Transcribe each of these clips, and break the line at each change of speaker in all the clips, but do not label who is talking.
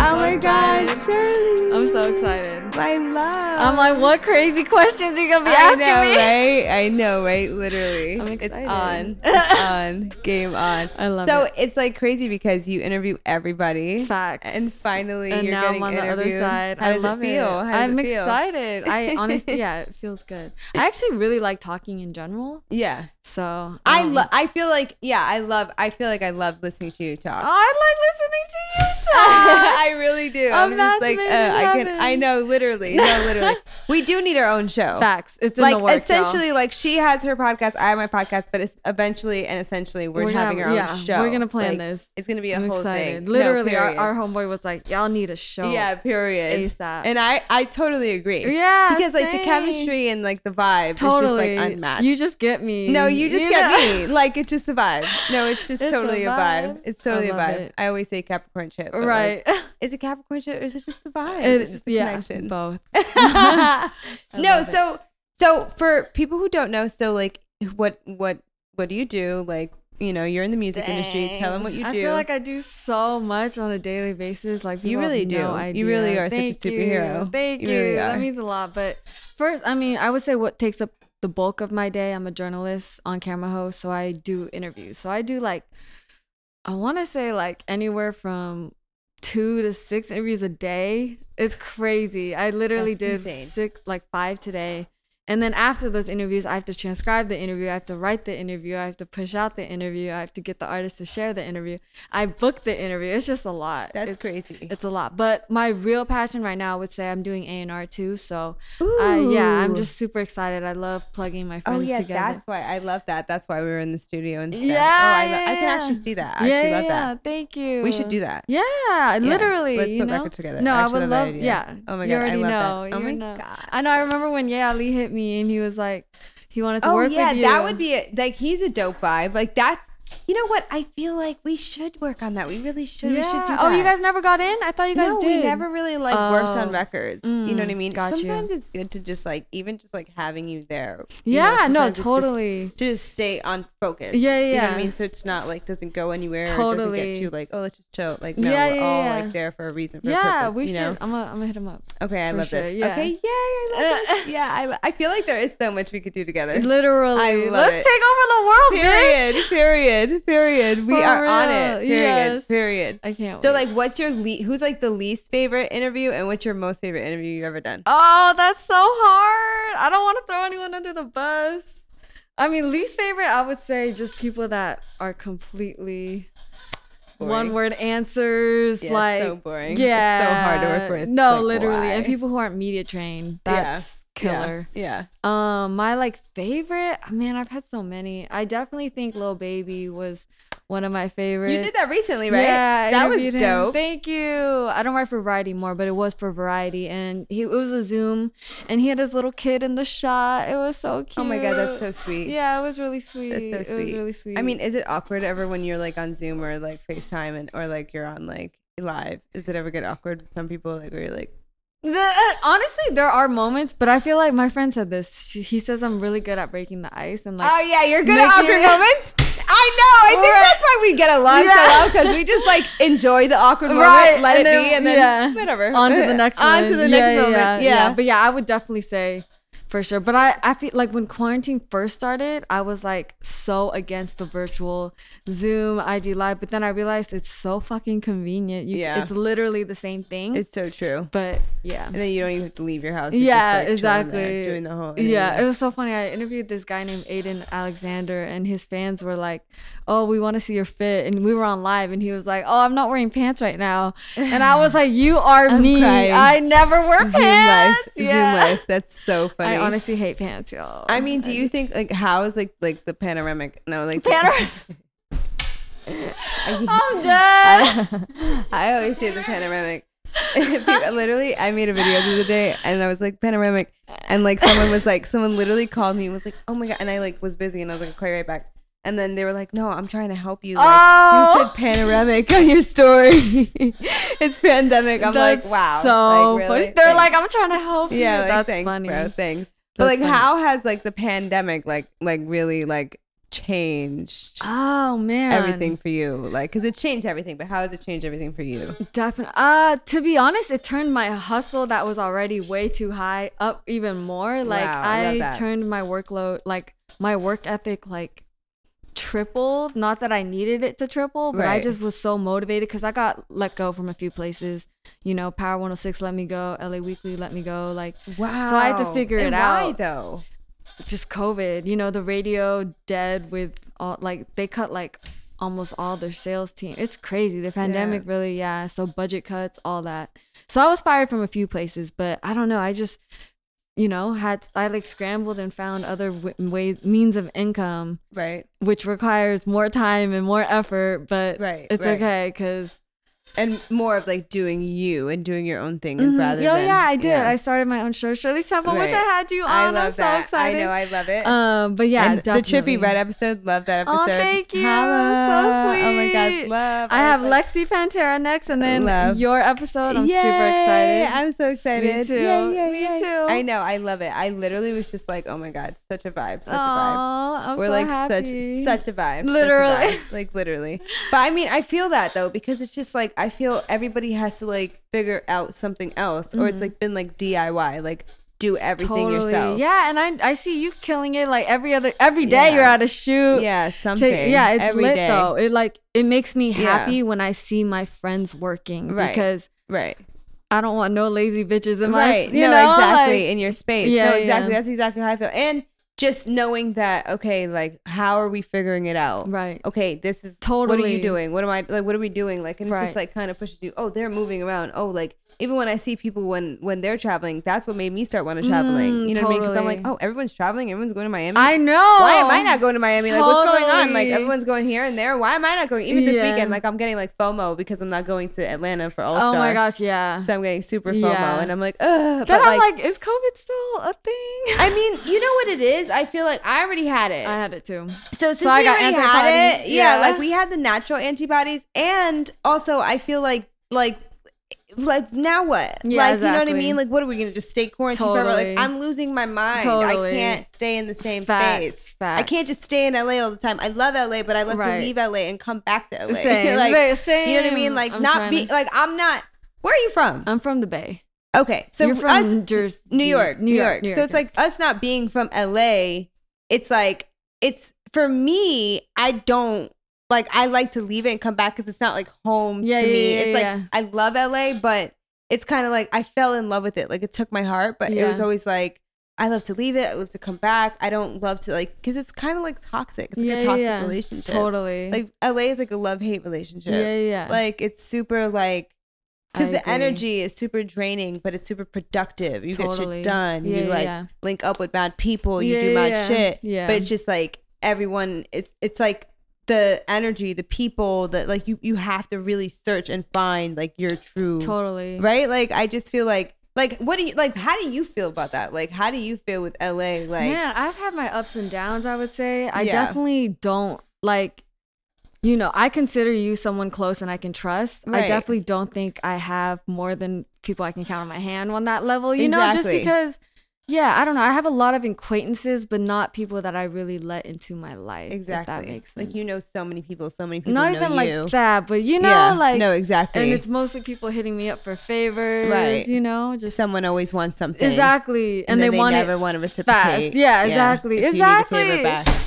Oh Shirley.
I'm so excited.
My love.
I'm like, what crazy questions are you gonna be
I
asking
know,
me?
right? I know, right? Literally.
I'm excited.
It's on. It's on. Game on.
I love
so
it.
it's like crazy because you interview everybody.
Facts.
And finally
and
you're
now
getting
I'm on the other
interviewed.
side.
How
I
does
love
it feel? How does
I'm
it feel?
excited. I honestly, yeah, it feels good. I actually really like talking in general.
Yeah.
So
I
um,
love I feel like yeah, I love I feel like I love listening to you
Oh,
talk.
I like listening to you talk.
I really do. I'm just
match
like uh,
Um, made in
I can.
heaven.
I know, literally, no, literally. We do need our own show.
Facts. It's in
Oh. like
the works, y'all.
essentially, like she has her podcast, I have my podcast, but it's eventually and essentially we're,
We're gonna
having
have-
our own
yeah,
show.
we're gonna plan
Like,
this.
It's gonna be a
I'm
whole
excited.
thing. No,
Literally, our,
period.
our homeboy was like, "Y'all need a show."
yeah, period.
ASAP.
And I, I totally agree.
Yeah,
because like the
same.
chemistry and like the vibe
totally.
is just like unmatched.
You just get me.
No, you just get
know?
me. Like it's just a vibe. No, it's just
It's a
totally a vibe.
vibe.
It's
I
totally a
love
vibe.
it.
I always say Capricorn chip. but, like,
right.
is it Capricorn shit or is it just the vibe? it's
It's
just the
yeah,
connection.
both.
no,
love it.
so so for people who don't know, so like what what what do you do? Like you know, you're in the music industry. Tell them what you
I
do.
feel like I do so much on a daily basis. Like
You
people have
really do.
no
You really
idea.
are such a
Thank you.
superhero.
Thank
You
you.
really are.
That means a lot. But first, I mean, I would say what takes up the bulk of my day. I'm a journalist, on camera host, so I do interviews. So I do like, I want to say like anywhere from two to six interviews a day. It's crazy. I literally
That's
did
insane.
six, like five today. And then after those interviews, I have to transcribe the interview. I have to write the interview. I have to push out the interview. I have to get the artist to share the interview. I book the interview. It's just a lot.
That's
It's-
crazy.
It's a lot. But my real passion right now, I would say, I'm doing A and R too. So, uh, yeah,
Ooh.
I'm just super excited. I love plugging my friends
oh yeah,
together.
that's why I love that. That's why we were in the studio and stuff.
yeah,
oh, I, lo-
yeah,
I can
yeah.
actually see that. I
yeah,
actually
yeah,
love
yeah.
that.
Thank you.
We should do that.
Yeah, literally.
let's
you
put
know?
records together.
No,
I
I,
actually
would
love
love.
that idea.
Yeah.
Oh my
You
God, I
already
love that.
know.
Oh
You
my
already know.
God.
I know. I remember when Yeah Ali hit me and he was like, he wanted to
oh
work
yeah,
with you.
that would be a, like he's a dope vibe. Like that's you know what I feel like we should work on that. We really should. We should do
Oh, you
that.
guys never got in? I thought you guys
no,
did.
we never really like worked on
Oh.
records. you know what I
Mm,
mean?
got you.
Sometimes it's good to just like even just like having you there. you know,
Yeah, no,
sometimes it's just
totally.
to just stay on focus.
Yeah,
You know what I
yeah.
mean? So it's not like doesn't go anywhere. Or doesn't
Totally.
get too like oh let's just chill. Like no,
Yeah,
we're
yeah,
all
yeah.
like there for a reason. For a
yeah,
purpose,
we
you
should.
know?
I'm gonna I'm hit him up.
Okay, I
for
love
sure,
this.
yeah.
Okay, yeah, I love this. yeah. I, lo- I feel like there is so much we could do together.
Literally,
I love
let's
it.
take over the world,
Period.
bitch.
Period. Period. We
For
are on it.
real,
Period.
yes.
Period.
I can't.
So
wait.
like, what's your le- who's like the least favorite interview, and what's your most favorite interview you've ever done?
Oh, that's so hard. I don't want to throw anyone under the bus. I mean, least favorite, I would say just people that are completely
Boring.
one word answers.
Yeah, it's
like,
so boring. It's so
Yeah.
hard to work with. It's
No,
like,
literally. And
why?
people who aren't media trained.
Yeah.
That's killer.
Yeah. yeah.
Um, my like favorite, man, I've had so many. I definitely think Lil Baby was one of my favorites.
You did that recently, right?
Yeah, I
that was
interviewed him.
dope.
Thank you. I don't write for Variety more, but it was for Variety, and he it was a Zoom, and he had his little kid in the shot. It was so cute.
Oh my god, that's so sweet.
Yeah, it was really sweet.
That's so
It
sweet.
was really sweet.
I mean, is it awkward ever when you're like on Zoom or like FaceTime and or like you're on like live? Does it ever get awkward with some people like where you're like
The- uh, honestly, there are moments, but I feel like my friend said this. She, he says I'm really good at breaking the ice, and like,
Oh yeah, you're good at
Making
awkward
it-
moments. I know. I think
Right.
that's why we get along so
Yeah.
well because we just like enjoy the awkward moment, let it be, and then whatever.
On to the next
on
one.
to the next
yeah,
moment. Yeah,
Yeah, But yeah, I would definitely say for sure. But I, I feel like when quarantine first started, I was like so against the virtual Zoom, IG Live. But then I realized it's so fucking convenient. You,
Yeah.
It's literally the same thing.
it's so true.
but yeah.
And then you don't even have to leave your house. You're
Yeah,
just, like, chilling
exactly.
there, doing the whole
yeah, it was so funny. I interviewed this guy named Aiden Alexander, and his fans were like, "Oh, we want to see your fit," and we were on live, and he was like, "Oh, I'm not wearing pants right now," and I was like, "You are
I'm
me.
crying.
I never wear
Zoom
pants."
life.
Yeah.
Zoom life. That's so funny.
I honestly hate pants, y'all.
I mean, do you think like how is like like the panoramic? No, like the-
Panor- I'm dead.
I always say the panoramic. People- literally, I made a video the other day and I was like, panoramic. And like, someone was like, someone literally called me and was like, oh my God. And I like was busy and I was like, I'll call you right back. And then they were like, no, I'm trying to help you. Like, You
Oh.
said panoramic on your story. it's pandemic. I'm
That's
like, wow.
So
Like,
funny.
really?
They're
Thanks.
like, I'm trying to help you.
yeah, like,
that's
thanks,
funny.
bro. Thanks. But like,
That's funny.
how has like the pandemic like like really like changed
Oh man,
everything for you? Like, because it changed everything, but how has it changed everything for you?
Definitely. Uh, to be honest, it turned my hustle that was already way too high up even more. Like
Wow, I love
I,
that.
turned my workload, like my work ethic, like tripled. Not that I needed it to triple, but I
Right.
just was so motivated because I got let go from a few places. You know, Power 106 let me go, LA Weekly let me go. Like,
Wow.
So I had to figure
And
it
why,
out.
though.
just COVID. You know, the radio dead with all like they cut like almost all their sales team. It's crazy. The pandemic really, yeah. So budget cuts, all that. So I was fired from a few places, but I don't know. I just, you know, had I like scrambled and found other w- ways means of income,
Right.
which requires more time and more effort. But
Right,
it's
right.
okay because
And more of like doing you and doing your own thing rather
yo,
than.
Mm-hmm. Oh, yeah, I did. I started my own show, Shirley Temple, which I
Right.
had you on.
I
am
love
so
that.
excited.
I know. I love it.
um, but yeah,
and the
definitely.
Trippy Red episode. Love that
Oh,
episode.
thank you.
Holla.
So sweet.
Oh my God. Love.
I have
love-
Lexi Pantera next, and then
Love.
your episode. I'm
Yay!
super excited.
I'm so excited.
too.
Yay, yay,
Me
yay.
too.
I know. I love it. I literally was just like, oh my God, such a vibe. Such a vibe.
Aw, I'm
We're
so
like
happy.
such such a vibe. such a
Literally.
vibe, Like literally. But I mean, I feel that though, because it's just like I feel everybody has to like figure out something else. Or it's like been like DIY, like do everything
Mm-hmm. totally.
yourself.
Yeah, and I I see you killing it like every other every day
Yeah.
you're at a shoot.
Yeah,
Ta-
something.
yeah, it's
every
lit
day.
though. It like it makes me
Yeah.
happy when I see my friends working
Right.
because
Right.
I don't want no lazy bitches in my
Right.
you
no,
know,
exactly.
like-
in your space.
Yeah,
no,
yeah.
exactly. That's exactly how I feel. And just knowing that, okay, like how are we figuring it out?
right.
Okay, this is What are
Totally.
you doing? What am I like? What are we doing? Like, and it
Right.
just like kind of pushes you. Oh, they're moving around. Oh, like even when I see people when when they're traveling, that's what made me start want to traveling.
Mm,
you know what I mean? Because I'm like,
totally.
oh, everyone's traveling. Everyone's going to Miami.
I know.
why am I not going to Miami? Like, what's going on? Like,
Totally.
everyone's going here and there. Why am I not going? Even this
Yeah.
weekend, like, I'm getting like FOMO because I'm not going to Atlanta for All Star.
Oh my gosh, yeah.
So I'm getting super FOMO,
Yeah.
and I'm like, ugh.
then
but,
I'm like, is COVID still a thing?
I mean, you know what it is? I feel like I already had it.
I had it too.
So since
I
we
got
already had it,
antibodies,
yeah,
yeah.
like we had the natural antibodies, and also I feel like like like now what?
Yeah,
like you know what I
exactly.
mean? Like what are we gonna just stay quarantined forever?
Totally.
Like I'm losing my mind. I
Totally.
can't stay in the same
Facts,
space. I
facts.
can't just stay in LA all the time. I love LA, but I love
Right.
to leave LA and come back to LA.
Same,
like
same.
you know what I mean? Like
I'm
not
trying
be
to-
like I'm not. Where are you from?
I'm from the Bay.
Okay, so
You're from
us,
Jersey-
New York, New York.
New
So it's like us not being from LA. It's like it's for me. I don't like. I like to leave it and come back because it's not like home
Yeah,
to
yeah,
me.
yeah,
it's
yeah.
like I love LA, but it's kind of like I fell in love with it. Like it took my heart, but it
Yeah.
was always like. I love to leave it. I love to come back. I don't love to like because it's kind of like toxic. It's like a toxic relationship.
Totally.
Like LA is like a love hate relationship.
yeah, yeah.
Like it's super like
I
because the
agree.
energy is super draining, but it's super productive. You get
Totally.
shit done.
Yeah,
you like
yeah.
link up with bad people. You
Yeah,
do bad
yeah,
shit.
yeah.
But it's just like everyone. It's it's like the energy, the people that like you you have to really search and find like your true
totally.
right. Like I just feel like like what do you like? How do you feel about that? Like how do you feel with LA? Like
Man, I've had my ups and downs, I would say. I
Yeah.
definitely don't like you know, I consider you someone close and I can trust.
Right.
I definitely don't think I have more than people I can count on my hand on that level. You know, just
Exactly.
because yeah, I don't know. I have a lot of acquaintances, but not people that I really let into my life.
exactly.
If that makes sense.
Like you know so many people. So many people
not
know
even
you.
like that, but you know,
yeah.
like
no exactly.
and it's mostly people hitting me up for favors,
Right.
you know, just
someone always wants something.
exactly, and, they, want
never
it.
want to reciprocate.
fast. Yeah, exactly.
if you need a favor
Exactly.
back.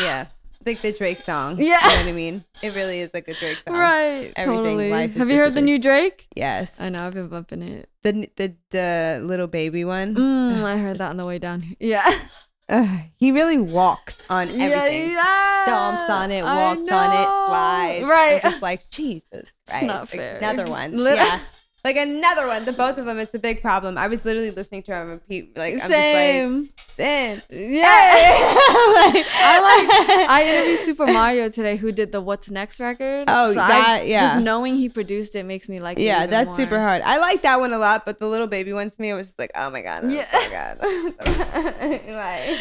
Yeah, like the Drake song.
Yeah.
you know what I mean. It really is like a Drake song.
Right,
Everything,
totally.
life is
Have you heard the
just-
new Drake?
Yes,
I know I've been bumping it.
the the the little baby one.
Mm, I heard that on the way down. here. Yeah,
Ugh, he really walks on
yeah,
everything.
yeah.
Stomps on it,
I
walks on it,
know.
slides.
Right.
It's just like Jesus. Christ.
not
Like,
fair.
Another one.
Lit-
yeah. Like another one. The both of them. It's a big problem. I was literally listening to him repeat. Like I'm
Same.
just like, sin.
yeah.
Like-
I like. I interviewed Super Mario today, who did the What's Next record.
Oh,
I-
that- yeah.
Just knowing he produced it makes me like. it
Yeah,
even
that's
more.
super hard. I like that one a lot, but the little baby one to me, I was just like, oh my god, oh
Yeah.
my god, why?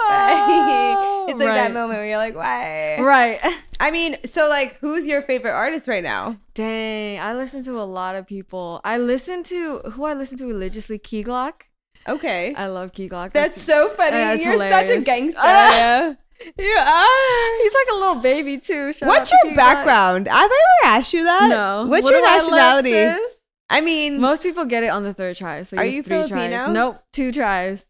Oh,
it's like that
right.
moment where you're like, why?
Right.
I mean, so like, who's your favorite artist right now?
Dang, I listen to a lot of people. I listen to who I listen to religiously, Key Glock.
Okay,
I love Key Glock.
that's so funny.
Uh, that's
you're such a
hilarious.
gangster.
I
you are.
like a little baby too. Shout out
What's
to
your
you guys.
background? I've ever asked you that.
No.
What's
What
your
do I look,
nationality? I,
sis?
mean,
Most people get it on the third try. So
Are
have
you
three
Filipino?
Tries. Nope, two tries.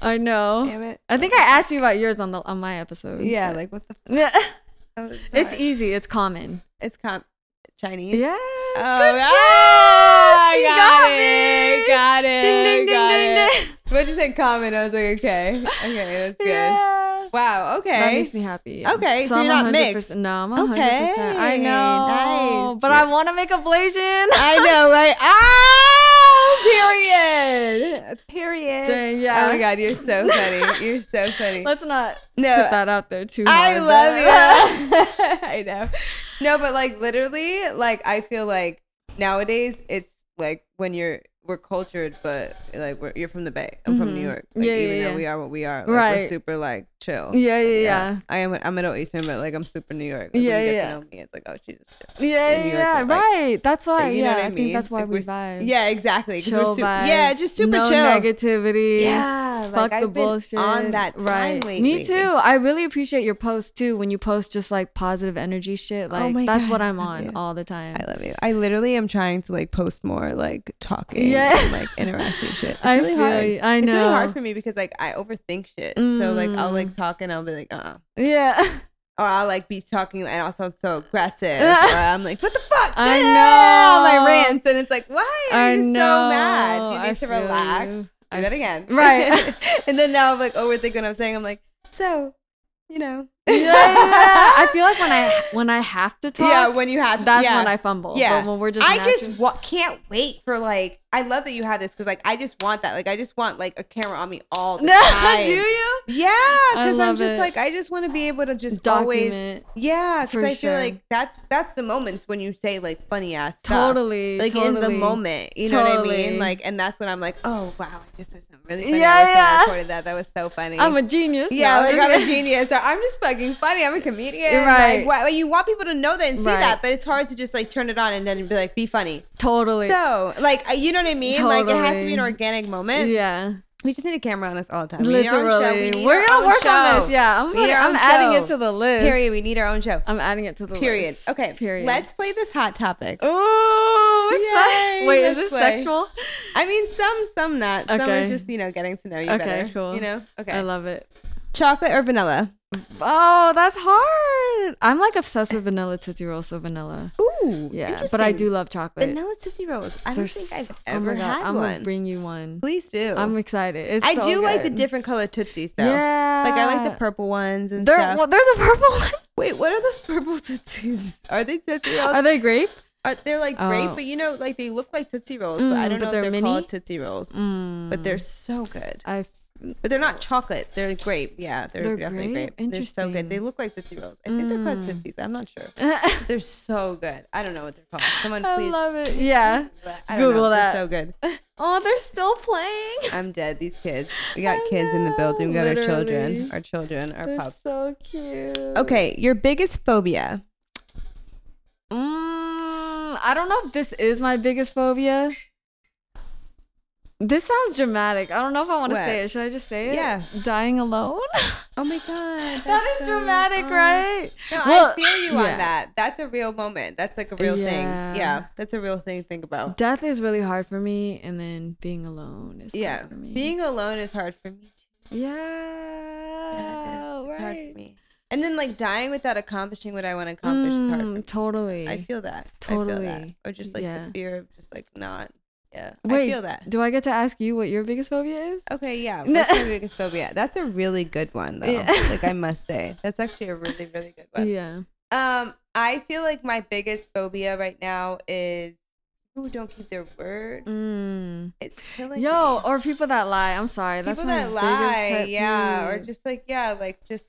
I know.
damn it.
I think I asked you about yours on the on my episode.
Yeah, like what the.
Yeah.
F-
it's e- easy. It's common.
it's com- Chinese.
Yeah.
Oh, ah,
She
got,
got
it,
me.
got it.
Ding, ding, ding,
got
ding,
it.
ding.
But you said common. I was like, okay, okay, that's good.
Yeah.
Wow. Okay.
That makes me happy. yeah.
Okay, so you're not
I'm 100%
mixed.
No, I'm 100%. I
Okay,
know.
nice.
But I want to make a Blasian.
I know, right? Oh, period. Period.
Dang, yeah.
Oh my god, you're so funny. You're so funny.
Let's not
No,
put that out there too.
I
hard,
love
but-
you. I know. No, but like literally, like I feel like nowadays it's like when you're we're cultured, but like we're, you're from the Bay. I'm from New
Mhm.
York. Like,
Yeah,
even
yeah,
though
yeah.
we are what we are, like, We're
Right.
super like chill.
Yeah, yeah, yeah.
I am. I'm Middle Eastern, but like I'm super New York. Like, when
Yeah,
you get
yeah.
To know me, it's like oh, she just chill.
Yeah,
in
yeah,
New York,
yeah,
like-
right. That's why.
Like, you
yeah,
know what I
I
mean?
think that's why
Like,
we
we're s-
vibe.
Yeah, exactly. 'cause
chill
we're su-
vibes.
Yeah, just super
no
chill.
negativity.
Yeah,
Fuck
like,
the
I've been
bullshit.
on that time
right.
lately.
Me too. I really appreciate your posts too. When you post just like positive energy shit, like
Oh my
that's
God,
what
I
I'm
love
on
you.
all the time.
I love you. I literally am trying to like post more like talking
Yeah.
and like interacting shit. It's
I
really
feel
hard.
you. I
It's really hard
know. Mm.
for me because like I overthink shit. So like I'll like talk and I'll be like, uh
yeah,
or I'll like be talking and I'll sound so aggressive. or I'm like, what the fuck?
I
All
know.
my rants and it's like, why are
I
you
know.
so mad? You
I
need to
feel
relax.
you.
Do that again.
Right.
and then now I'm like overthinking what I'm saying. I'm like, so, you know.
Yeah, I feel like when I when I have to talk,
yeah, when you have
that's
yeah.
when I fumble.
Yeah.
but when we're just
I
natural-
just wa- can't wait for like. I love that you have this because like I just want that. Like I just want like a camera on me all the time.
do you
Yeah, because I'm
love
just
it.
like I just want to be able to just always.
document
Yeah, because
For
I feel
sure.
like that's that's the moments when you say like funny ass stuff.
totally
Like in the
totally.
moment, you know what I mean.
Totally.
Like, and that's when I'm like, oh wow, I just did some really funny.
Yeah,
I wish I
yeah.
recorded that. That was so funny.
I'm a genius.
Yeah,
No,
like
just
I'm a
kidding.
genius, or I'm just fucking funny. I'm a comedian,
Right.
Like, why, you want people to know that and see
Right.
that, but it's hard to just like turn it on and then be like, be funny.
Totally.
So, like, uh, you know what I mean? Like, it has to be an
Totally.
organic moment.
yeah,
We just need a camera on us all the time. We need our own show.
literally. We are
our
gonna
own
work on
show.
this. Yeah, I'm,
We need
gonna-
our
I'm
own
adding
show.
it to the list.
Period. We need our own show.
I'm adding it to the
Period.
list.
Okay.
Period.
Let's play this hot topic.
Ooh, excited.
Yay,
Wait, is
let's
this
play.
sexual?
I mean, some, some not. Some are
Okay.
just you know getting to know you
Okay,
better.
cool.
You know. Okay.
I love it.
Chocolate or vanilla?
Oh, that's hard. I'm like obsessed with vanilla tootsie rolls, so vanilla.
Ooh.
Yeah, but I
interesting.
do love chocolate.
vanilla tootsie rolls. I
They're
don't think I've
so-
ever
oh my God,
had
I'm
one.
gonna bring you one.
Please do.
I'm excited. It's
I
so
do like the
good.
different colored tootsies though.
Yeah,
Like I like the purple ones and
There,
stuff.
well, there's a purple one.
Wait, what are those purple tootsies? Are they tootsie rolls?
Are they grape?
Are, they're like grape,
Oh.
but you know, like they look like tootsie rolls, but I
Mm,
don't
but
know
they're
if they're Mm.
mini?
called tootsie rolls. But they're so good.
I
But they're not chocolate. They're grape. Yeah, they're,
They're
definitely grape. Mm.
grape?
They're so good.
Interesting.
They look like tootsie rolls. I think they're called tootsies. I'm not sure. They're so good. I don't know what they're called. Someone
I
please.
love it. Yeah.
I don't
Google
know.
that.
They're so good.
Oh, they're still playing.
I'm dead. These kids. We got
I
kids in the
know,
building. We got our children.
literally.
Our children. Our
They're
pups.
so cute.
Okay, your biggest phobia.
Mm, I don't know if this is my biggest phobia. This sounds dramatic. I don't know if I want to
What?
say it. Should I just say it?
Yeah.
Dying alone.
Oh my god,
that is dramatic, right?
No, I
Well,
feel you on
yeah.
that. That's a real moment. That's like a real
Yeah.
thing. Yeah, that's a real thing. to Think about.
Death is really hard for me, and then being alone is
Yeah,
hard for me.
being alone is hard for me too.
yeah,
It's hard
right.
for me. And then like dying without accomplishing what I want to accomplish is hard. For
Mm,
me.
Totally.
I feel that. I feel that.
Totally.
Or just like
Yeah.
the fear of just like not. Yeah,
Wait,
I feel that. Oh,
do I get to ask you what your biggest phobia is?
Okay, yeah.
No.
What's my biggest phobia? That's a really good one, though.
Yeah.
Like I must say, that's actually a really, really good one.
Yeah.
Um, I feel like my biggest phobia right now is who don't keep their word.
Mm.
It's killing me.
Yo, or people that lie. I'm sorry. That's
people
my
that
biggest
lie,
pet
yeah, or
peeve.
just like yeah, like just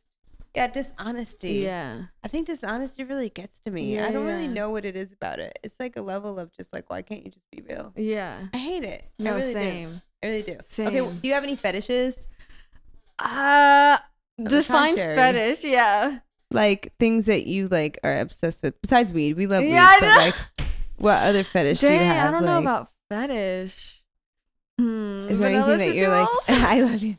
yeah, dishonesty.
yeah.
I think dishonesty really gets to me. I don't really
Yeah.
know what it is about it. It's like a level of just like why can't you just be real?
Yeah.
I hate it.
No,
I really Do.
same.
I really do. Okay, w-
Same.
do you have any fetishes?
Uh define
Oh, contrary.
fetish, yeah.
Like things that you like are obsessed with besides weed. We love
Yeah, I
weed, but
know.
like what other fetish do you
Dang,
have?
I don't know
Like,
about fetish. Hmm.
Is there
vanilla
anything that you're like?
tootsie rolls?
I love you.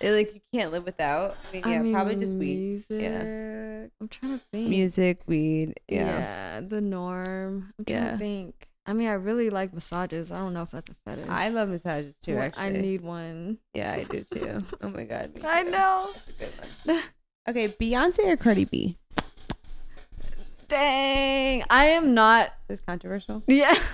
It, like you can't live without. I mean,
I
yeah,
mean,
probably just weed,
music. I'm trying to think.
music, weed.
Yeah.
Yeah.
the norm. I'm trying
Yeah.
to think. I mean, I really like massages. I don't know if that's a fetish.
I love massages too.
What-
Actually,
I need one.
Yeah, I do too. Oh my god. me
I
too.
know.
That's a good one. Okay, Beyonce or Cardi B?
Dang, I am not.
This is controversial.
Yeah.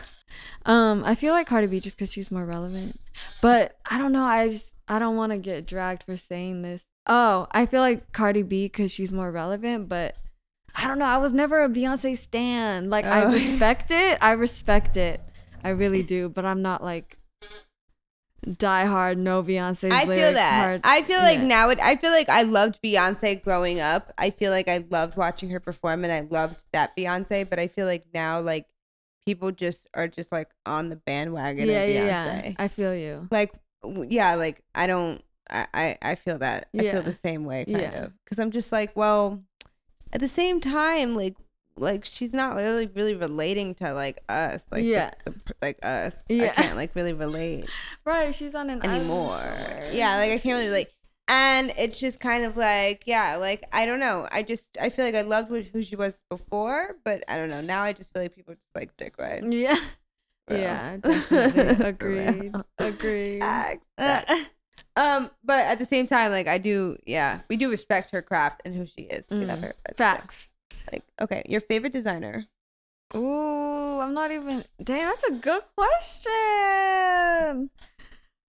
Um, I feel like Cardi B just because she's more relevant, but I don't know. I just I don't want to get dragged for saying this. Oh, I feel like Cardi B because she's more relevant, but I don't know. I was never a Beyonce stan. Like I
Oh.
respect it. I respect it. I really do. But I'm not like die hard. No Beyonce.
I feel that. I feel like
Yeah.
now it, I feel like I loved Beyonce growing up. I feel like I loved watching her perform and I loved that Beyonce, but I feel like now like people just are just like on the bandwagon
yeah,
of Beyonce.
yeah, yeah. I feel you.
Like w- yeah, like I don't I I, I feel that. I
Yeah.
feel the same way kind
Yeah.
of. Cuz I'm just like, well, at the same time like like she's not really really relating to like us like the-
Yeah.
the pr- like us i
Yeah.
can't like really relate
Right. She's on an island
anymore.
somewhere.
Yeah, like I can't really like. And it's just kind of like, yeah, like I don't know. I just I feel like I loved wh- who she was before, but I don't know. Now I just feel like people just like dick ride.
Yeah.
For real.
Yeah, definitely.
For real.
Agreed. Agreed.
Facts. Facts.
Uh,
um, but at the same time, like I do, yeah, we do respect her craft and who she is. We love
Mm.
her. but
Facts.
still, Like, okay, your favorite designer?
Ooh, I'm not even. Dang, that's a good question.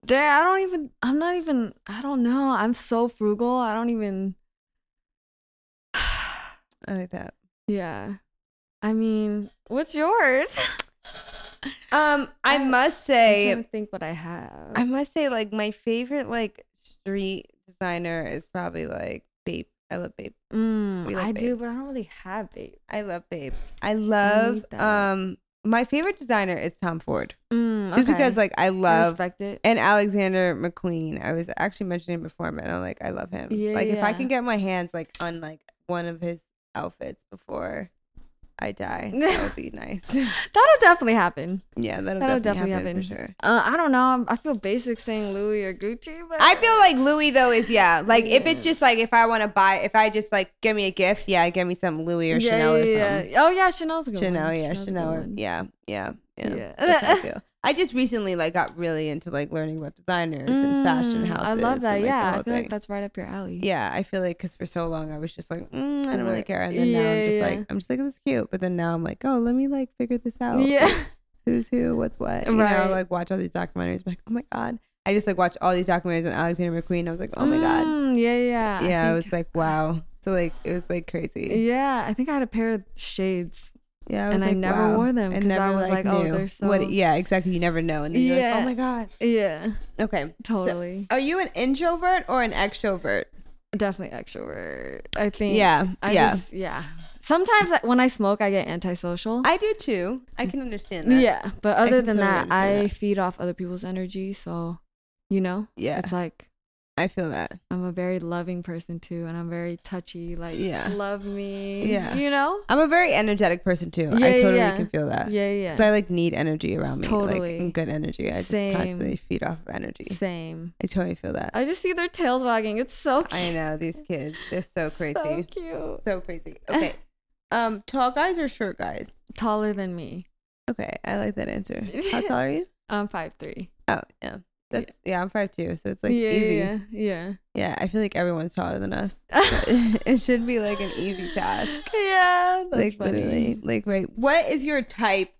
Dang, I don't even. I'm not even. I don't know. I'm so frugal. I don't even.
I like that.
Yeah. I mean, what's yours?
Um, I
I-
must
I'm
say,
trying to think what I have.
I must say, like my favorite like street designer is probably like Bape. I love Bape.
Mm,
We like
I do,
Babe.
but I don't really have babe.
I love Babe. I love
that.
um my favorite designer is Tom Ford.
Mm, okay.
Just because like I
I
love
respect it.
and Alexander McQueen. I was actually mentioning before, but I'm like I love him.
Yeah,
like if I
yeah.
can get my hands like on like one of his outfits before I die, that would be nice.
That'll definitely happen.
yeah, that'll,
That'll
definitely,
definitely
happen, for
happen.
sure.
Uh, I don't know. I'm- I feel basic saying Louis or Gucci, but
I feel like Louis though is yeah. Like if it's
Yeah.
just like if I want to buy, if I just like give me a gift, yeah, give me some Louis or Chanel or something.
yeah. Oh yeah, Chanel's a good
Chanel,
one.
yeah,
Chanel's a good
Chanel, or-
one.
yeah, yeah, yeah.
Yeah.
That's how I feel. I just recently like got really into like learning about designers and fashion
Mm,
houses.
I love
and,
that.
like, the
yeah, I
whole
feel
thing.
like that's right up your alley.
yeah, I feel like because for so long I was just like, mm, I don't really
Right.
care, and then now I'm
Yeah,
just
yeah,
like,
yeah.
I'm just like this is cute, but then now I'm like, oh, let me like figure this out.
yeah.
Like, who's who, what's what. You know,
Right.
like watch all these documentaries. I'm like, oh my god, I just like watch all these documentaries on Alexander McQueen. I was like, oh my god,
Mm, yeah, yeah.
yeah. I
I
was
think-
like, wow. So like it was like crazy.
yeah, I think I had a pair of shades.
Yeah,
And I never wore them 'cause I
never,
was like, oh,
knew
they're so-
What, yeah, exactly. You never know, and then you're like, oh
Yeah.
my god.
Yeah,
Okay,
totally,
are you an introvert or an extrovert?
definitely extrovert. I think.
Yeah,
I
yeah.
Just, yeah. Sometimes I- when I smoke, I get antisocial.
I do too. I can understand that.
yeah, but other
can
than
totally
that,
understand
I
that.
feed off other people's energy. So, you know,
yeah,
it's like
I feel that.
I'm a very loving person too, and I'm very touchy. Like,
Yeah.
love me.
Yeah.
you know.
I'm a very energetic person too.
Yeah,
I totally
yeah.
can feel that.
Yeah, yeah.
Because I like need energy around me,
Totally.
like and good energy. I just
Same.
constantly feed off of energy.
Same.
I totally feel that.
I just see their tails wagging. It's so cute.
I know these kids; they're so
So
crazy,
cute.
so crazy. Okay, um, tall guys or short guys?
Taller than me.
Okay, I like that answer. How tall are you?
I'm five three.
Oh yeah, that's yeah. I'm five two, so it's like
yeah,
easy.
yeah, yeah.
yeah, I feel like everyone's taller than us.
Yeah,
it should be like an easy task.
yeah that's
like
funny.
literally, like right. What is your type?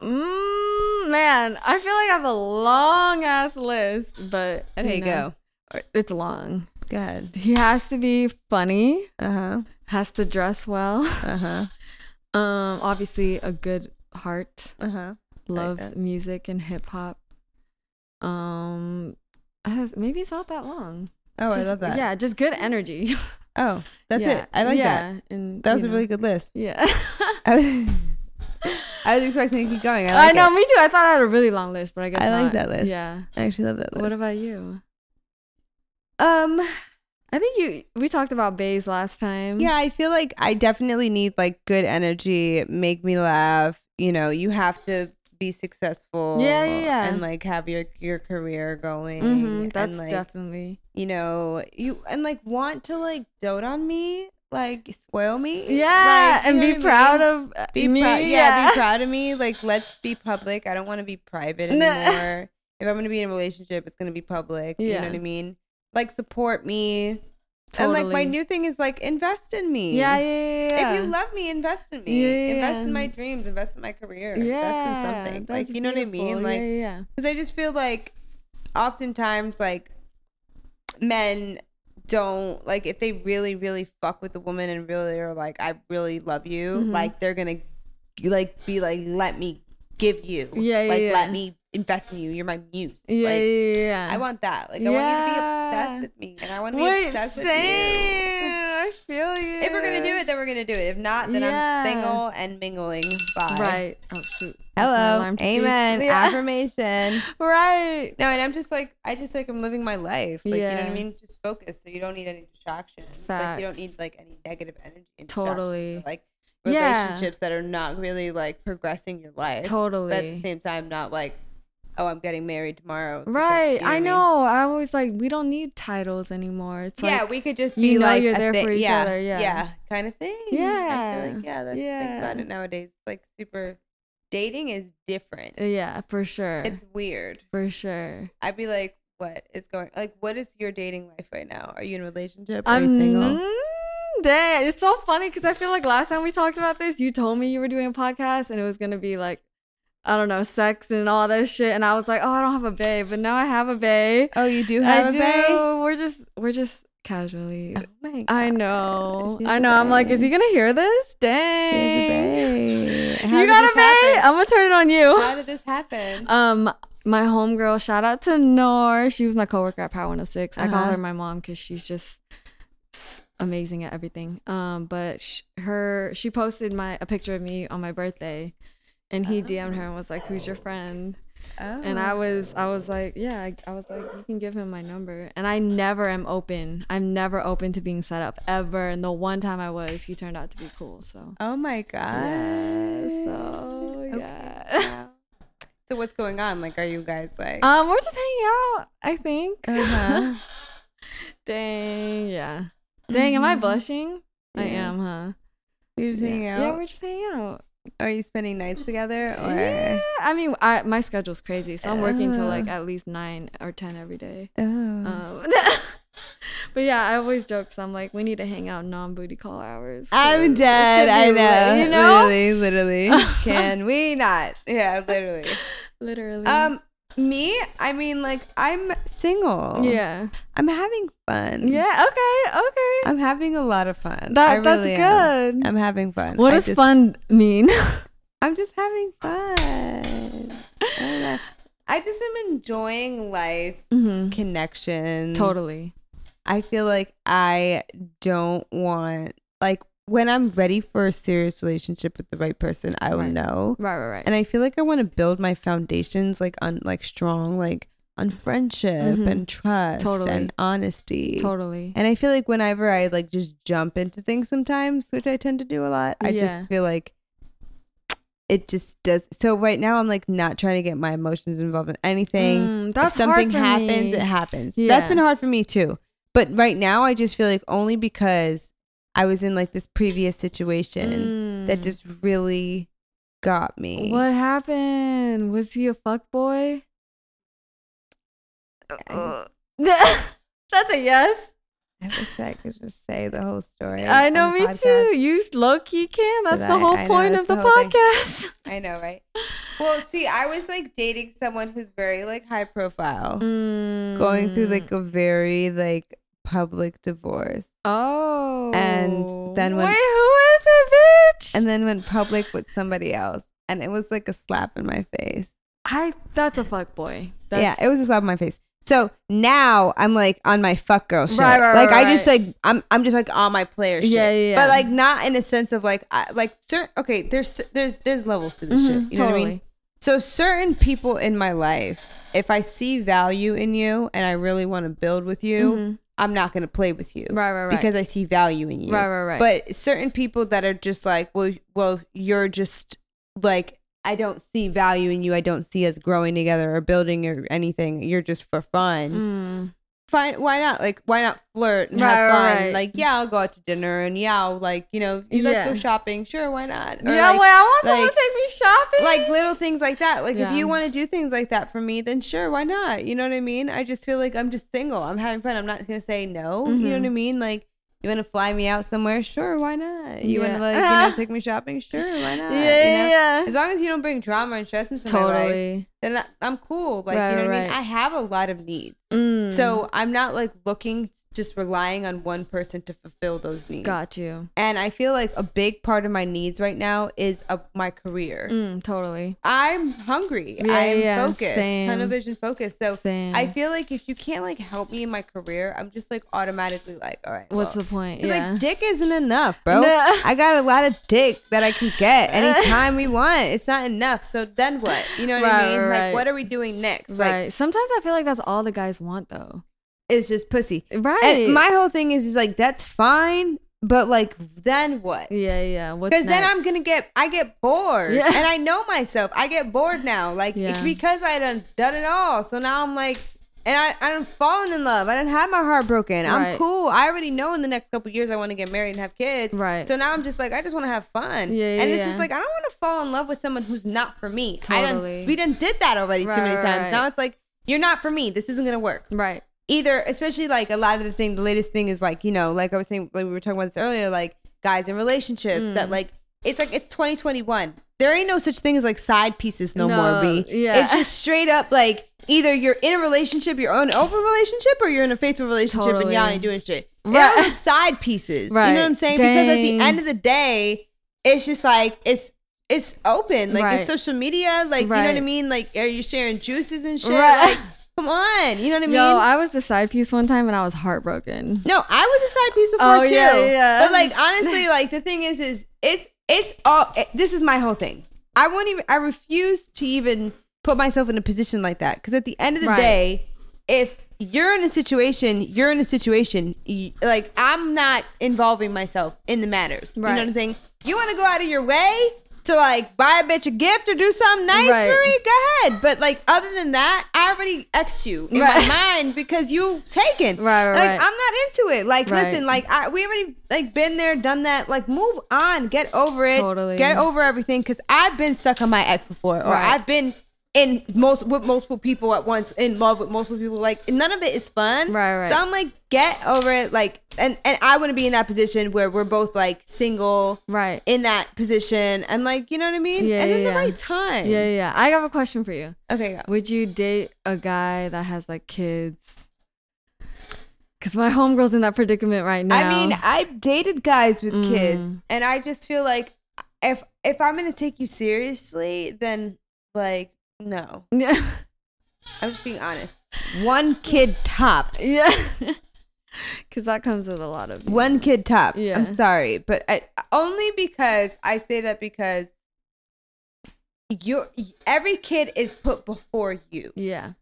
Mm, man, I feel like I have a long ass list, but you
Okay,
know, It's long.
go, go ahead.
He has to be funny.
Uh huh.
Has to dress well.
Uh huh.
Um, obviously a good heart.
Uh huh. like
Loves
that.
music and hip hop. Um, has- maybe it's not that long.
Oh, I
Just-
love that.
Yeah, just good energy.
Oh, that's
Yeah,
it. I like that.
yeah, And
That was a
you know,
really good list.
yeah.
I was, I was expecting to keep going. I,
I,
like
know,
it.
me too. I thought I had a really long list, but I guess
I like
not.
that list.
Yeah.
I actually love that list.
What about you?
um,
I think you. We talked about bays last time.
yeah, I feel like I definitely need like good energy, make me laugh. You know, you have to be successful
Yeah, yeah, yeah.
and like have your your career going
hmm that's
and like
definitely
you know you and like want to like dote on me like spoil me
yeah,
like, you
and
know
be
what I
proud
mean?
of uh,
be
me.
proud yeah. be proud of me like let's be public i don't want to be private
No.
anymore if i'm gonna be in a relationship it's gonna be public you
Yeah.
know what i mean like support me and like my
Totally.
new thing is like invest in me
Yeah, yeah, yeah.
if you love me, invest in me.
Yeah, yeah,
invest in
yeah.
my dreams. Invest in my career.
yeah,
invest in something. Like
that's
you know what I
beautiful.
mean?
yeah,
Like
yeah,
because I just feel like oftentimes like men don't like if they really really fuck with a woman and really are like I really love you.
Mhm.
Like they're gonna like be like let me give you.
Yeah, yeah,
Like
yeah.
let me invest in you. You're my muse.
yeah, yeah,
Like,
yeah, yeah.
I want that. Like I want you to be
Yeah.
obsessed with me, and I want to be
Wait,
obsessed
same.
with you.
I feel you.
If we're gonna do it, then we're gonna do it. If not, then
Yeah.
I'm single and mingling. Bye.
right? Oh shoot! That's my
Hello.
alarm to beep.
Amen.
Yeah.
Affirmation.
Right.
No, and I'm just like I just like I'm living my life. Like you know what
Yeah.
I mean? Just focus so you don't need any distraction. Like you
Facts.
don't need like any negative energy. and distractions or,
Totally.
Like
Yeah.
relationships that are not really like progressing your life. But at the
Totally.
same time, not like, oh, I'm getting married tomorrow. because-
Right.
you what
I
mean?
know. I always like we don't need titles anymore. It's
yeah,
like
we could just
you
be
know
like
you're
a
there
thi-
for each
yeah,
other, yeah.
kind of thing. I
Yeah,
feel like yeah, that's the thing about
yeah.
it nowadays. It's like super dating is different.
yeah, for sure.
It's weird.
for sure.
I'd be like, what is going? Like, what is your dating life right now? Are you in a relationship? Are
I'm
you single?
Mm, Dang, it's so funny because I feel like last time we talked about this, you told me you were doing a podcast and it was gonna be like, I don't know, sex and all that shit, and I was like, oh, I don't have a babe, but now I have a babe.
Oh, you do
I
have a
do.
babe.
We're just we're just casually.
Oh my
I know.
gosh, you
I
have a
know. I'm like,
babe.
is he gonna hear this?
She has a
Dang.
babe. How
You
did
got
this
a babe?
happen?
I'm gonna turn it on you.
How Oh. did this happen?
Um, my homegirl, shout out to Nor. She was my coworker at Power 106. I call
Uh-huh.
her my mom because she's just s- amazing at everything. Um, but sh- her she posted my a picture of me on my birthday, and he DM'd her and was like, "Who's your friend?"
oh.
And I was I was like, yeah, I, I was like, you can give him my number. And I never am open. I'm never open to being set up ever. And the one time I was, he turned out to be cool. So
Oh my god.
yeah, so
Okay,
Oh, yeah.
wow. So what's going on? Like, are you guys like?
Um, we're just hanging out. I think.
Uh-huh.
Dang, yeah. Dang, am I
Mhm.
blushing? I
Yeah.
am, huh?
You're just
yeah.
hanging
Yeah,
out.
we're just hanging out.
Are you spending nights together? Or
Yeah. I mean, I my schedule's crazy, so I'm working till
Oh.
like at least nine or ten every day.
oh,
Um, but yeah, I always joke. So I'm like, we need to hang out non booty call hours.
I'm
so
dead.
it
I
should be
know.
lit, You know,
literally, literally. Can we not? Yeah, literally.
literally.
Um, me. I mean, like, I'm single.
yeah,
I'm having fun.
yeah. Okay, okay.
I'm having a lot of fun.
That
I really am.
that's good.
I'm having fun.
What
I
does
just-
fun mean?
I'm just having fun. I, don't know. I just am enjoying life,
hmm
connection,
Totally.
I feel like I don't want like when I'm ready for a serious relationship with the right person, I will
Right.
know.
Right, right, right.
And I feel like I want to build my foundations like on like strong like on friendship
Mhm.
and trust
Totally.
and honesty.
totally.
And I feel like whenever I like just jump into things sometimes, which I tend to do a lot, I
Yeah.
just feel like it just does. So right now I'm like not trying to get my emotions involved in anything.
Mm,
If
that's
something
hard for
happens,
me.
it happens.
Yeah.
That's been hard for me too. But right now, I just feel like only because I was in like this previous situation that
Mm.
just really got me.
What happened? Was he a fuck boy?
I
That's a yes.
I wish I could just say the whole story.
I know,
on the
me
podcast.
too. You low key can. That's
But
the
I-
whole
I know,
point
it's
of
the
the,
whole thing.
podcast.
I know, right? Well, see, I was like dating someone who's very like high profile, going
Mm.
through like a very like public divorce.
oh,
then when-
wait, who is it, bitch?
and then went public with somebody else and it was like a slap in my face
I that's a fuck boy. That's,
yeah it was a slap in my face so now i'm like on my fuck girl shit
Right, right,
like
right,
i just like i'm i'm just like on my player shit
Yeah, yeah, yeah.
but like not in a sense of like I, like certain okay there's there's there's levels to this
Mhm,
shit you know
totally.
what i mean so certain people in my life if i see value in you and i really want to build with you
Mhm.
i'm not going to play with you
Right, right, right.
because i see value in you
right, right, right.
but certain people that are just like well well you're just like I don't see value in you. I don't see us growing together or building or anything. You're just for fun.
Mm.
Fine, why not? Like, why not flirt and
Right,
have
right,
fun?
right.
Like, yeah, I'll go out to dinner and yeah, I'll like, you know, you
Yeah.
let's go shopping. Sure, why not? Or,
yeah,
like,
wait, I want someone to
like-
take me shopping.
like little things like that. Like
Yeah.
if you want to do things like that for me, then sure, why not? You know what I mean? I just feel like I'm just single. I'm having fun. I'm not gonna say no. You know
Mm-hmm.
what I mean? Like you want to fly me out somewhere? Sure, why not? You want
Yeah.
to like you know, take me shopping? Sure, why not?
yeah,
you
yeah,
know?
yeah.
As long as you don't bring drama and stress into my life,
totally.
then I, I'm cool. Like
Right,
you know what I
right.
mean? I have a lot of needs,
Mm.
so I'm not like looking just relying on one person to fulfill those needs.
got you.
And I feel like a big part of my needs right now is uh my career.
Mm, totally.
I'm hungry.
Yeah,
I'm
yeah,
focused.
same.
Tunnel vision focused. So
Same.
I feel like if you can't like help me in my career, I'm just like automatically like, all right.
What's
well.
the point?
It's
Yeah.
like dick isn't enough, bro.
No.
I got a lot of dick that I can get anytime we want. It's not enough. So then what? You know what
Right,
I mean?
right.
Like what are we doing next? Like
right. Sometimes I feel like that's all the guys want though.
it's just pussy.
Right.
And my whole thing is is like that's fine, but like then what?
yeah, yeah. What's
Because then
next?
I'm gonna get I get bored,
Yeah.
and I know myself. I get bored now, like it-
Yeah.
because I done done it all. So now I'm like, and I I done fallen in love. I done had my heart broken.
Right.
I'm cool. I already know in the next couple years I want to get married and have kids.
Right.
So now I'm just like I just want to have fun.
Yeah, yeah,
And it's
yeah.
just like I don't want to fall in love with someone who's not for me. I
Totally.
done we done did that already
Right,
too many
right,
times.
right.
Now it's like you're not for me. This isn't gonna work
right.
either especially like a lot of the thing the latest thing is like you know like i was saying like we were talking about this earlier like guys in relationships
Mm.
that like it's like it's 2021 there ain't no such thing as like side pieces no,
No,
more b
yeah.
it's just straight up like either you're in a relationship your own open relationship or you're in a faithful relationship and y'all
Totally.
ain't doing shit
Right.
right side pieces you
Right.
know what i'm saying because at the
Dang.
end of the day it's just like it's it's open like
Right.
it's social media like you know
Right.
what i mean like are you sharing juices and shit
Right.
like come on you know what i mean
Yo, I was the side piece one time and I was heartbroken.
no, I was a side piece before
Oh,
too.
yeah, yeah.
But like honestly, like the thing is, is it's it's all. It, this is my whole thing. I won't even. I refuse to even put myself in a position like that because at the end of the
Right.
day, if you're in a situation, you're in a situation. Y- Like I'm not involving myself in the matters. You know
Right.
what I'm saying? You want to go out of your way to like buy a bitch a gift or do something nice
Right.
for me? Go ahead. But like other than that, I already x you in
Right.
my mind because you taken.
Right, right,
Like
right.
I'm not into it. Like,
Right.
listen, like I, we already like been there, done that. Like, move on, get over it,
Totally.
get over everything. Because I've been stuck on my ex before, or
Right.
I've been in most with multiple people at once, in love with multiple people. Like, none of it is fun.
Right, right.
So I'm like, get over it. Like, and and I want to be in that position where we're both like single,
Right.
in that position, and like, you know what I mean?
Yeah,
and in
yeah,
the
yeah.
right time.
yeah, yeah, yeah. I have a question for you.
Okay. Go.
Would you date a guy that has like kids? Because my homegirl's in that predicament right now.
I mean, I've dated guys with
Mm.
kids, and I just feel like if if I'm gonna take you seriously, then like no,
yeah,
I'm just being honest. One kid tops.
yeah, because that comes with a lot of
One kid tops.
Yeah.
I'm sorry, but I, only because I say that because your every kid is put before you.
yeah,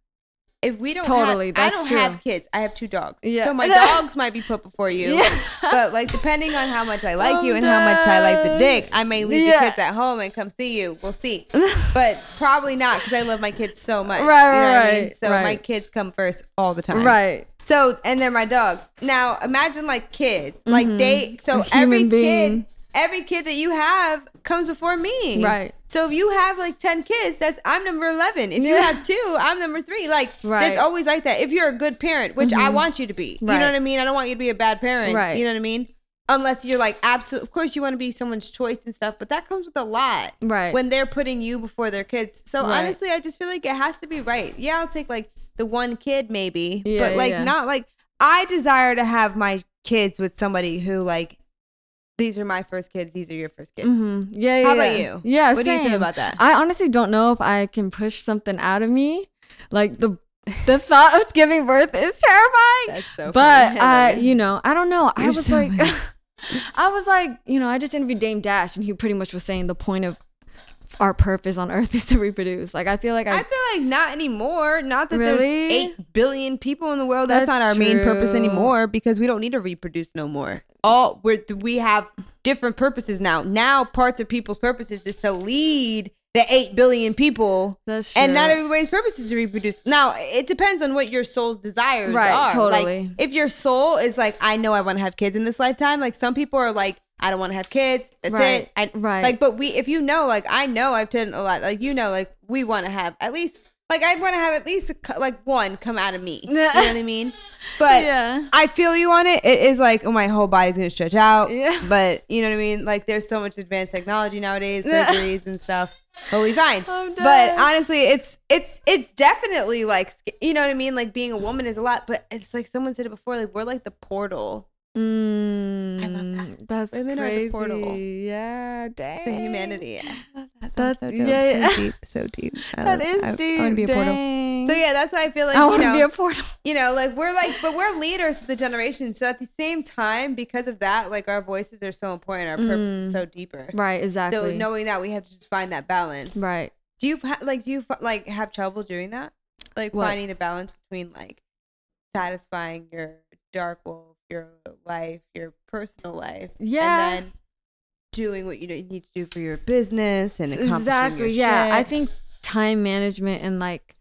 If we don't
Totally,
have,
that's
I don't
true.
have kids. I have two dogs.
Yeah.
So my dogs might be put before you.
yeah.
but like depending on how much I like you
I'm
and how much I like the
done.
dick, I may leave
Yeah.
the kids at home and come see you. We'll see, but probably not because I love my kids so much.
Right,
you know what I mean?
right,
So my
right.
kids come first all the time.
right,
So and they're my dogs. Now imagine like kids, like they. So
Mm-hmm. A human
every
being.
kid, every kid that you have comes before me.
Right.
So if you have like ten kids, that's I'm number eleven. If you
Yeah.
have two, I'm number three. Like
Right. Mm-hmm.
it's always like that. If you're a good parent, which I want you to be, you
Right.
know what I mean. I don't want you to be a bad parent.
Right.
You know what I mean. Unless you're like absolute, of course you want to be someone's choice and stuff, but that comes with a lot.
Right.
When they're putting you before their kids. So
Right.
honestly, I just feel like it has to be right. Yeah, I'll take like the one kid maybe,
Yeah,
but like
yeah.
not like I desire to have my kids with somebody who like these are my first kids, these are your first kids.
hmm yeah, yeah.
How about
yeah.
you?
Yeah,
What do you feel
same.
about that?
I honestly don't know if I can push something out of me. Like the the thought of giving birth is terrifying.
That's so
but uh,
funny.
I,
I love it.
you know, I don't know. I
You're
was
so
like, I was like, you know, I just interviewed Dame Dash, and he pretty much was saying the point of our purpose on Earth is to reproduce. Like, I feel like I,
I feel like not anymore. Not that
Really?
there's eight billion people in the world. That's,
That's
not our main purpose
true.
anymore because we don't need to reproduce no more. All we're we have different purposes now. Now parts of people's purposes is to lead the eight billion people.
That's
And not
true.
everybody's purpose is to reproduce. Now, it depends on what your soul's desires
Right,
are.
totally.
Like, if your soul is like, I know I want to have kids in this lifetime, like some people are like, I don't want to have kids. That's
Right,
it. I,
right.
Like, but we, if you know, like, I know I've done a lot. Like, you know, like, we want to have at least, like, I want to have at least, a cou- like, one come out of me. you know what I mean? But
Yeah.
I feel you on it. It is like, oh, my whole body's going to stretch out.
Yeah.
But you know what I mean? Like, there's so much advanced technology nowadays,
Yeah.
surgeries and stuff. Totally fine.
I'm
But
done.
honestly, it's it's it's definitely like sc- you know what I mean. Like being a woman is a lot, but it's like someone said it before. Like we're like the portal
Mm,
love
That's
Women are
crazy.
the portal
Yeah, dang.
to humanity.
That's-
so
yeah, yeah.
so deep, so deep. I
That
love-
is
I-
deep.
I want to be a portal.
dang.
So yeah, that's why I feel like
I
you
want to
know,
be a portal.
you know, like we're like, but we're leaders of the generation. So at the same time, because of that, like our voices are so important. Our purpose is so deeper.
Right, Mm. exactly.
So knowing that, we have to just find that balance.
right.
Do you fi- like? Do you fi- like have trouble doing that? Like
What?
finding the balance between like satisfying your dark wolf, your life, your personal life,
Yeah.
and then doing what you know you need to do for your business and accomplishing
exactly.
Your
Yeah, I
shit.
think time management and like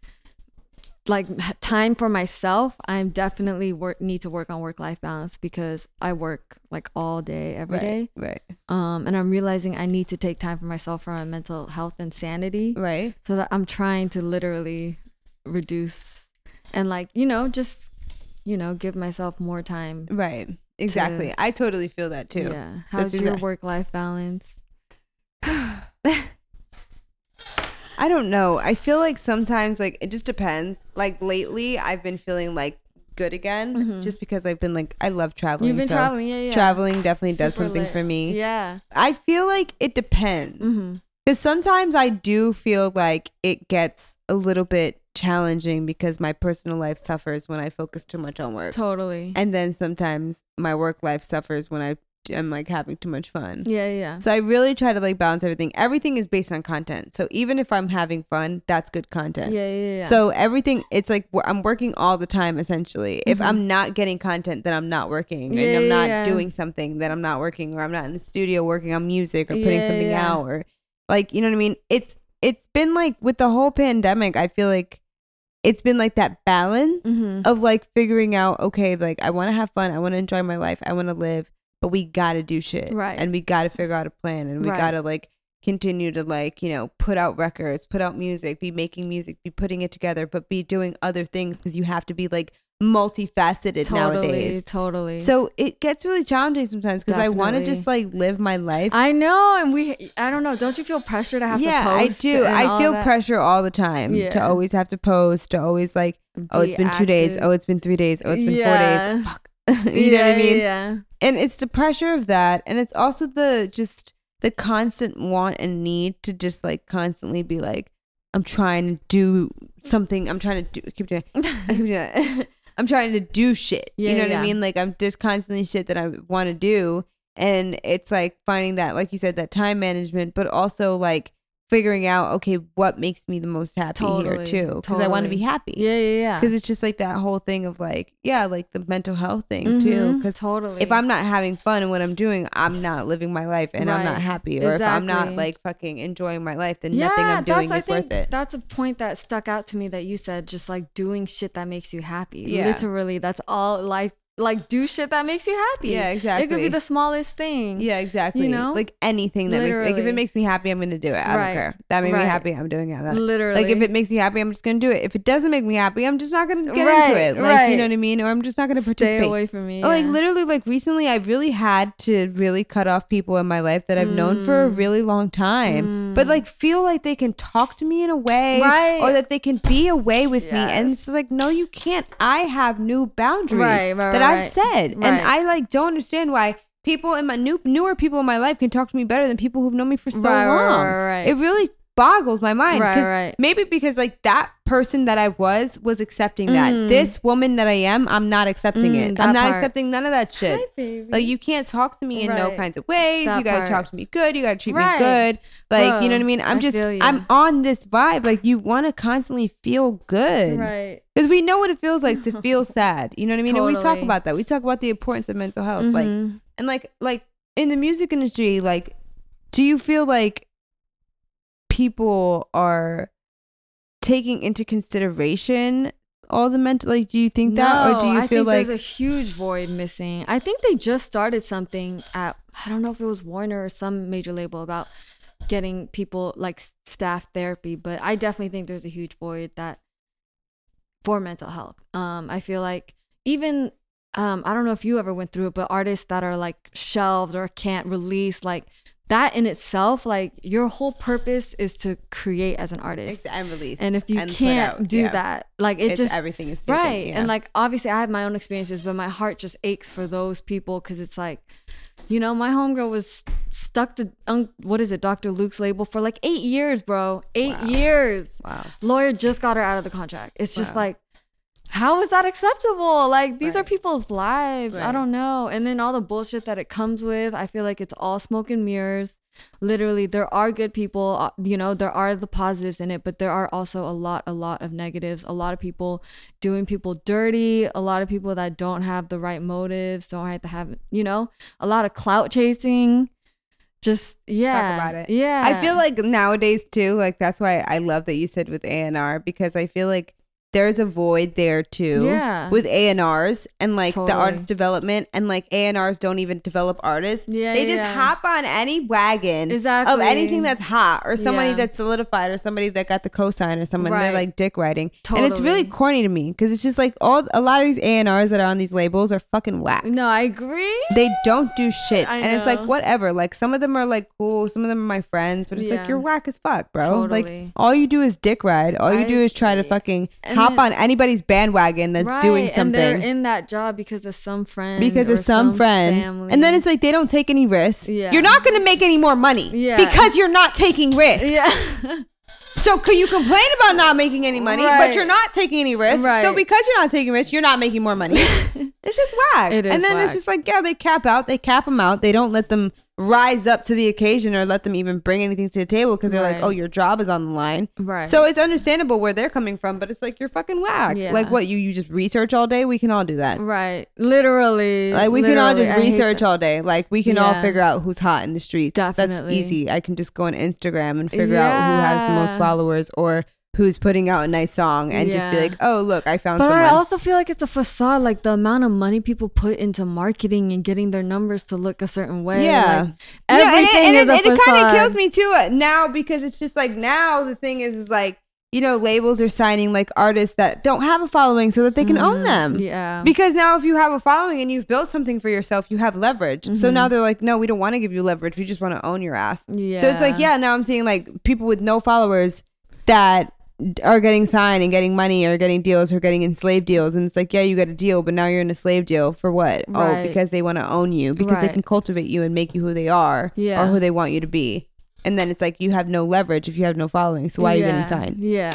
like time for myself. I'm definitely work need to work on work life balance because I work like all day every day.
right,
Um, and I'm realizing I need to take time for myself for my mental health and sanity.
right,
so that I'm trying to literally reduce and like you know just you know give myself more time.
right. Exactly. I totally feel that too.
Yeah. How's
do
your
that.
work life balance?
I don't know. I feel like sometimes like it just depends. Like lately, I've been feeling like good again, just because I've been like I love traveling.
Mm-hmm. You've been
so
traveling, yeah, yeah.
Traveling definitely does
Super
something
lit.
for me.
Yeah.
I feel like it depends.
Mhm.
Because sometimes I do feel like it gets a little bit challenging because my personal life suffers when I focus too much on work.
Totally.
And then sometimes my work life suffers when I am like having too much fun.
Yeah, yeah.
So I really try to like balance everything. Everything is based on content. So even if I'm having fun, that's good
Yeah,
content.
yeah, yeah.
So everything, it's like wor- I'm working all the time essentially. If I'm not getting content, then I'm not working,
Mm-hmm. Yeah,
and I'm
yeah,
not
yeah.
doing something that I'm not working, or I'm not in the studio working on music or putting
Yeah,
something
yeah.
out, or like you know what I mean. It's it's been like with the whole pandemic, I feel like it's been like that balance
Mhm.
of like figuring out okay, like I want to have fun, I want to enjoy my life, I want to live, but we gotta do shit,
Right.
And we gotta figure out a plan, and we
Right.
gotta like continue to like you know put out records, put out music, be making music, be putting it together, but be doing other things because you have to be like multifaceted
totally,
nowadays.
totally.
So it gets really challenging sometimes because I want to
Definitely.
just like live my life.
I know, and we. I don't know. Don't you feel pressure to have
yeah,
to
I
post?
do.
and
I
all
feel
that?
pressure all the time to
Yeah.
always have to post, to always like, oh,
Be
it's been two days,
active.
oh, it's been three days, oh, it's been four
Yeah.
days. Fuck. you know
yeah,
what I mean?
Yeah.
and it's the pressure of that and it's also the just the constant want and need to just like constantly be like i'm trying to do something i'm trying to do keep doing I keep doing that. i'm trying to do shit
Yeah,
you know what
yeah.
i mean like i'm just constantly shit that i want to do and it's like finding that like you said that time management but also like figuring out okay what makes me the most happy
Totally.
here too because i want to
totally.
be happy
Yeah, yeah, yeah.
because it's just like that whole thing of like yeah like the mental health thing too
Mhm,
because
totally.
if I'm not having fun in what I'm doing, I'm not living my life and I'm not
Right.
happy. Or if I'm not
Exactly.
like fucking enjoying my life, then nothing I'm doing
I
is worth it.
That's a point that stuck out to me that you said, just like doing shit that makes you happy.
Yeah.
Literally, that's all life. Like do shit that makes you happy.
Yeah,
It could be
exactly.
the smallest thing.
yeah, exactly.
You know?
like anything that makes like if
Literally.
it makes me happy, I'm gonna do it. I
Right.
don't care. That made
Right.
me happy. I'm doing it. That-
Literally.
like if it makes me happy, I'm just gonna do it. If it doesn't make me happy, I'm just not gonna get
Right,
into it. Like
right.
you know what I mean? Or I'm just not gonna
stay
participate.
away from me.
oh, Like
yeah.
literally, like recently, I've really had to really cut off people in my life that I've known for
Mm.
a really long time, but like feel like they can talk to me in a way,
Right.
or that they can be away with me. And
Yes.
it's just like, no, you can't. I have new boundaries
Right, right,
that
right.
I've said,
Right.
and I like don't understand why people in my new newer people in my life can talk to me better than people who've known me for so
Right, right,
long.
right, right.
It really boggles my mind
Right,
'cause
right.
maybe because like that person that I was was accepting that this woman that I am I'm not accepting
Mm,
it
that
I'm not
part.
accepting none of that shit
baby.
like you can't talk to me in no
Right.
kinds of ways
That
you gotta
part.
talk to me good you gotta treat
Right.
me good like you know
Bro,
what I mean I'm
I
just
feel you.
I'm on this vibe like you want to constantly feel good
right.
because we know what it feels like to feel sad you know what I mean and we talk
Totally.
about that we talk about the importance of mental health like
Mhm.
and like like in the music industry, like do you feel like people are taking into consideration all the mental like do you think that or do you
I
feel
think
like
there's a huge void missing? I think they just started something at I don't know if it was Warner or some major label about getting people like s- staff therapy, but I definitely think there's a huge void that for mental health. Um, I feel like even um, I don't know if you ever went through it, but artists that are like shelved or can't release like that in itself, like your whole purpose is to create as an artist.
Ex- and release
And if you
and put
can't
out,
do
yeah.
that, like it
It's
just
everything is taken,
right.
yeah.
And like obviously, I have my own experiences, but my heart just aches for those people because it's like, you know, my homegirl was stuck to un- what is it, Dr. Luke's label for like eight years, bro. Eight years.
Wow.
Lawyer just got her out of the contract. It's just like. How is that acceptable? Like these are
Right.
people's lives. I
Right.
don't know. And then all the bullshit that it comes with, I feel like it's all smoke and mirrors. Literally, there are good people, uh, you know, there are the positives in it, but there are also a lot a lot of negatives. A lot of people doing people dirty, a lot of people that don't have the right motives, don't have to have, you know, a lot of clout chasing. Just yeah.
about it.
Yeah.
I feel like nowadays too, like that's why I love that you said with ANR because I feel like there's a void there too.
Yeah.
With ANRs and like the
Totally.
artist development and like ANRs don't even develop artists.
Yeah,
They
yeah,
just
yeah.
hop on any wagon of
Exactly.
anything that's hot or somebody
Yeah.
that's solidified or somebody that got the cosign or someone they're
Right.
like dick riding. And it's really
Totally.
corny to me because it's just like all a lot of these ANRs that are on these labels are fucking whack
No, I agree.
they don't do shit.
I
and it's like
know.
whatever. Like some of them are like cool, some of them are my friends, but it's like
Yeah.
you're whack as fuck, bro. Like
Totally.
all you do is dick ride. All you
I
do is try to
agree.
fucking
And
hop
then-
on anybody's bandwagon that's doing
And they're
something.
in that job because of some friend.
Because
or
of some, friend,
family.
and then it's like they don't take any risks.
Yeah.
You're not going to make any more money
Yeah.
because you're not taking risks.
yeah.
So could you complain about not making any money, but
Right.
you're not taking any risks. So
Right.
because you're not taking risks, you're not making more money. it's just whack.
It is
and then it's
whack.
just like, yeah, they cap out, they cap them out. They don't let them rise up to the occasion or let them even bring anything to the table because they're like,
Right.
oh, your job is on the line.
Right.
So it's understandable where they're coming from, but it's like you're fucking whack.
Yeah.
Like what you you just research all day. We can all do that.
right. Literally.
Like we can all
literally,
just
I hate
research
that.
all day. Like we can all
Yeah.
figure out who's hot in the streets. That's
Definitely.
easy. I can just go on Instagram and figure out who has the most
Yeah.
followers or who's putting out a nice song and just be
Yeah.
like, oh look, I found
But
someone.
I also feel like it's a facade. Like the amount of money people put into marketing and getting their numbers to look a certain way.
Yeah.
Like,
No, and it-
everything
and it,
is a
and it kind
facade.
of kills me too uh, now because it's just like now the thing is is like you know labels are signing like artists that don't have a following so that they can own them.
Mm-hmm. Yeah.
Because now if you have a following and you've built something for yourself, you have leverage.
Mm-hmm.
So now they're like, no, we don't want to give you leverage. We just want to own your ass. So it's like,
Yeah.
yeah, now I'm seeing like people with no followers that d- are getting signed and getting money or getting deals or getting enslaved deals. And it's like, yeah, you got a deal, but now you're in a slave deal for what? Oh,
Right.
because they want to own you because they
Right.
can cultivate you and make you who they are
Yeah.
or who they want you to be. And then it's like you have no leverage if you have no following. So why are you getting
Yeah.
signed?
Yeah.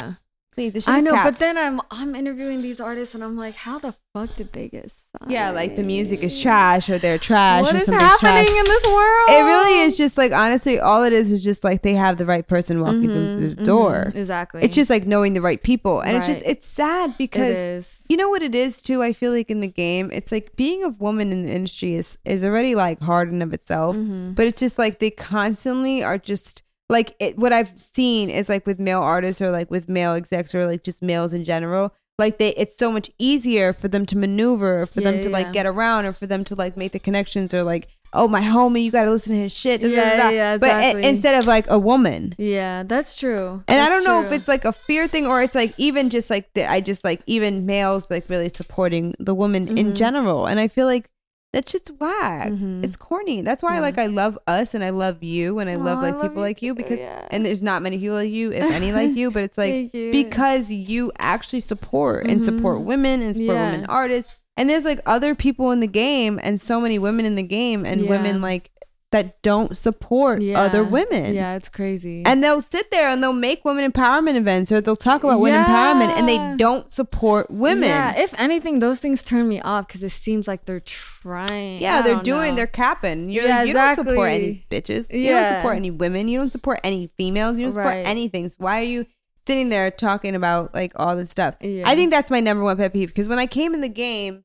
Please, this
I
shit's
know,
cap.
but then I'm I'm interviewing these artists and I'm like, how the fuck did they get signed?
yeah, like the music is trash or they're trash
What
or
is
something's
happening
trash.
in this world?
It really is just like honestly, all it is is just like they have the right person walking them through the door.
Mm-hmm, Exactly.
It's just like knowing the right people, and it's just
Right.
it's sad
it
because
is.
you know what it is too. I feel like in the game, it's like being a woman in the industry is is already like hard in of itself,
Mm-hmm.
but it's just like they constantly are just like it, what I've seen is like with male artists or like with male execs or like just males in general. Like they, it's so much easier for them to maneuver, for them
Yeah,
to
yeah.
like get around, or for them to like make the connections, or like, oh my homie, you gotta listen to his shit. da, da,
Yeah,
da, da.
yeah,
But i-
exactly.
instead of like a woman,
Yeah, that's true.
and I don't
That's
know if
true.
it's like a fear thing or it's like even just like the, I just like even males like really supporting the woman
Mm-hmm.
in general. And I feel like that shit's whack.
Mhm.
It's corny. That's why
Yeah.
like I love us and I love you and I love
Aw, I
like
love
people
you
like you
too,
because
yeah.
and there's not many people like you if any like you, but it's like
Thank you. Mm-hmm.
because you actually support and support women and support
Yeah.
women artists. And there's like other people in the game and so many women in the game and
Yeah.
women like that don't support other women.
Yeah, it's crazy.
And they'll sit there and they'll make women empowerment events or they'll talk about women empowerment and they
Yeah.
don't support women.
Yeah,
Yeah,
if anything, those things turn me off because it seems like they're trying. I
they're
don't
doing,
know.
they're capping. You're
Yeah,
like, you don't support any bitches. You don't
Yeah.
support any women. You don't support any females. You don't support
Right.
anything. So why are you sitting there talking about like all this stuff?
Yeah.
I think that's my number one pet peeve because when I came in the game,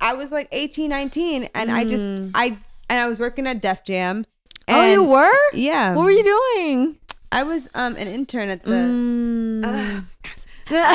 I was like 18, 19 and I just, I, and I was working at Def Jam.
Mm. oh, you
and-
were?
Yeah.
What were you doing?
I was um an intern at the
Mm.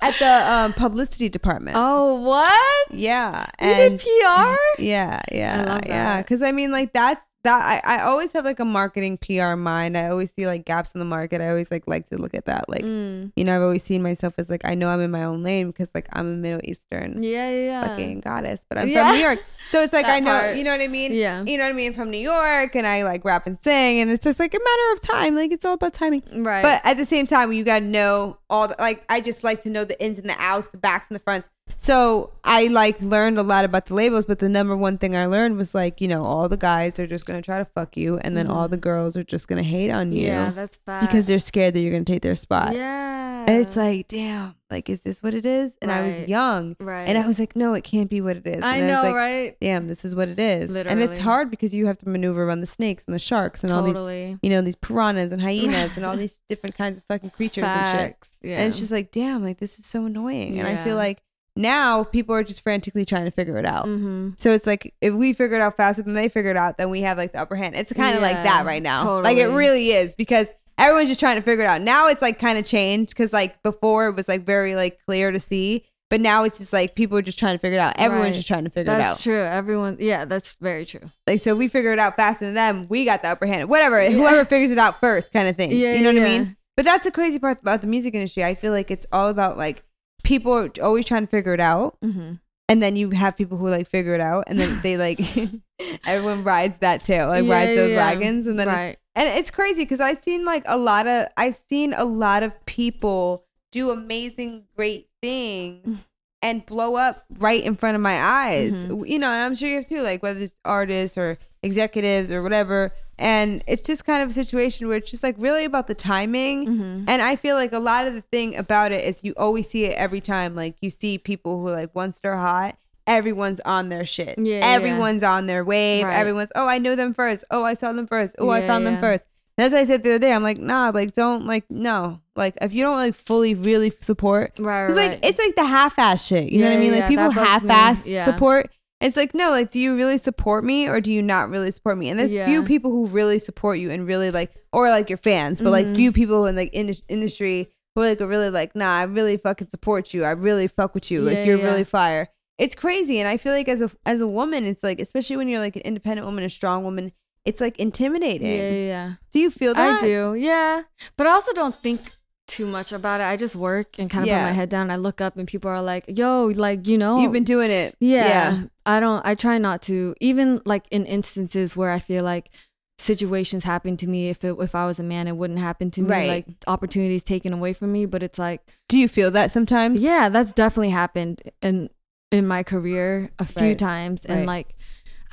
at the um, publicity department.
oh, what?
yeah,
You did PR?
yeah, yeah,
I love
yeah.
that.
Because I mean, like that's that. I, I always have like a marketing PR mind. I always see like gaps in the market. I always like like to look at that. Like
Mm.
you know, I've always seen myself as like I know I'm in my own lane because like I'm a Middle Eastern
Yeah, yeah.
fucking goddess, but I'm
Yeah.
from New York. So it's like
That
I know,
part.
you know what I mean?
Yeah.
You know what I mean? From New York and I like rap and sing and it's just like a matter of time. Like it's all about timing.
Right.
But at the same time, you gotta know all the like. I just like to know the ins and the outs, the backs and the fronts. So I like learned a lot about the labels, but the number one thing I learned was like, you know, all the guys are just gonna try to fuck you, and then all the girls are just gonna hate on you
Mm-hmm. yeah, that's bad.
because they're scared that you're gonna take their spot.
yeah.
And it's like, damn, like is this what it is? And I was
Right.
young,
right.
and I was like, no, it can't be what it is.
I
and
know,
was like,
right?
Damn, this is what it is. And
Literally.
it's hard because you have to maneuver around the snakes and the sharks and all these
Totally.
you know, these piranhas and hyenas and all these different kinds of fucking creatures and shit.
Facts. Yeah.
And it's just like, damn, like this is so annoying. And I
Yeah.
feel like now people are just frantically trying to figure it out.
mm-hmm.
So it's like if we figure it out faster than they figure it out, then we have like the upper hand. It's kind of like
Yeah,
that right now. Like it
totally.
really is because everyone's just trying to figure it out. Now it's like kind of changed because like before it was like very like clear to see, but now it's just like people are just trying to figure it out. Everyone's
Right.
just trying to figure
That's
it out.
true. Everyone. Yeah, that's very true.
Like so, if we figure it out faster than them. We got the upper hand. Whatever, whoever figures it out first, kind of thing.
Yeah,
you know
yeah,
what I
yeah.
mean. But that's the crazy part about the music industry. I feel like it's all about like people are always trying to figure it out,
Mm-hmm.
and then you have people who like figure it out, and then they like everyone rides that tail, like rides those wagons, and then it's-
right.
and it's crazy because I've seen like a lot of I've seen a lot of people do amazing, great things and blow up right in front of my eyes.
Mm-hmm.
You know, and I'm sure you have too, like whether it's artists or executives or whatever. And it's just kind of a situation where it's just like really about the timing.
Mm-hmm.
And I feel like a lot of the thing about it is you always see it every time. Like you see people who like once they're hot, everyone's on their shit.
Yeah, yeah.
everyone's on their wave.
Right.
Everyone's oh I knew them first. Oh I saw them first. Oh I
Yeah,
found them
yeah.
first. And That's what I said the other day. I'm like nah, like don't like no, like if you don't like fully really support,
Right.
it's
right.
like it's like the half-ass shit. You know
Yeah,
what I mean?
yeah,
Like people
that bugs me.
half-ass
Yeah.
support. It's like no, like do you really support me or do you not really support me? And there's
Yeah.
few people who really support you and really like, or like your fans, but
Mm-hmm.
like few people in like indus- industry who like are really like, nah, I really fucking support you. I really fuck with you.
Yeah,
like you're
yeah, yeah.
really fire. It's crazy, and I feel like as a as a woman, it's like especially when you're like an independent woman, a strong woman, it's like
yeah,
intimidating.
yeah, yeah.
Do you feel that?
I do, yeah. But I also don't think too much about it. I just work and kind of
Yeah.
put my head down. I look up and people are like, "Yo, like you know,
You've been doing it.
yeah, I don't. I try not to. Even like in instances where I feel like situations happen to me. If it, if I was a man, it wouldn't happen to me.
Right.
Like opportunities taken away from me. But it's like,
Do you feel that sometimes?
yeah, that's definitely happened in in my career a few
Right.
times. And
Right.
like,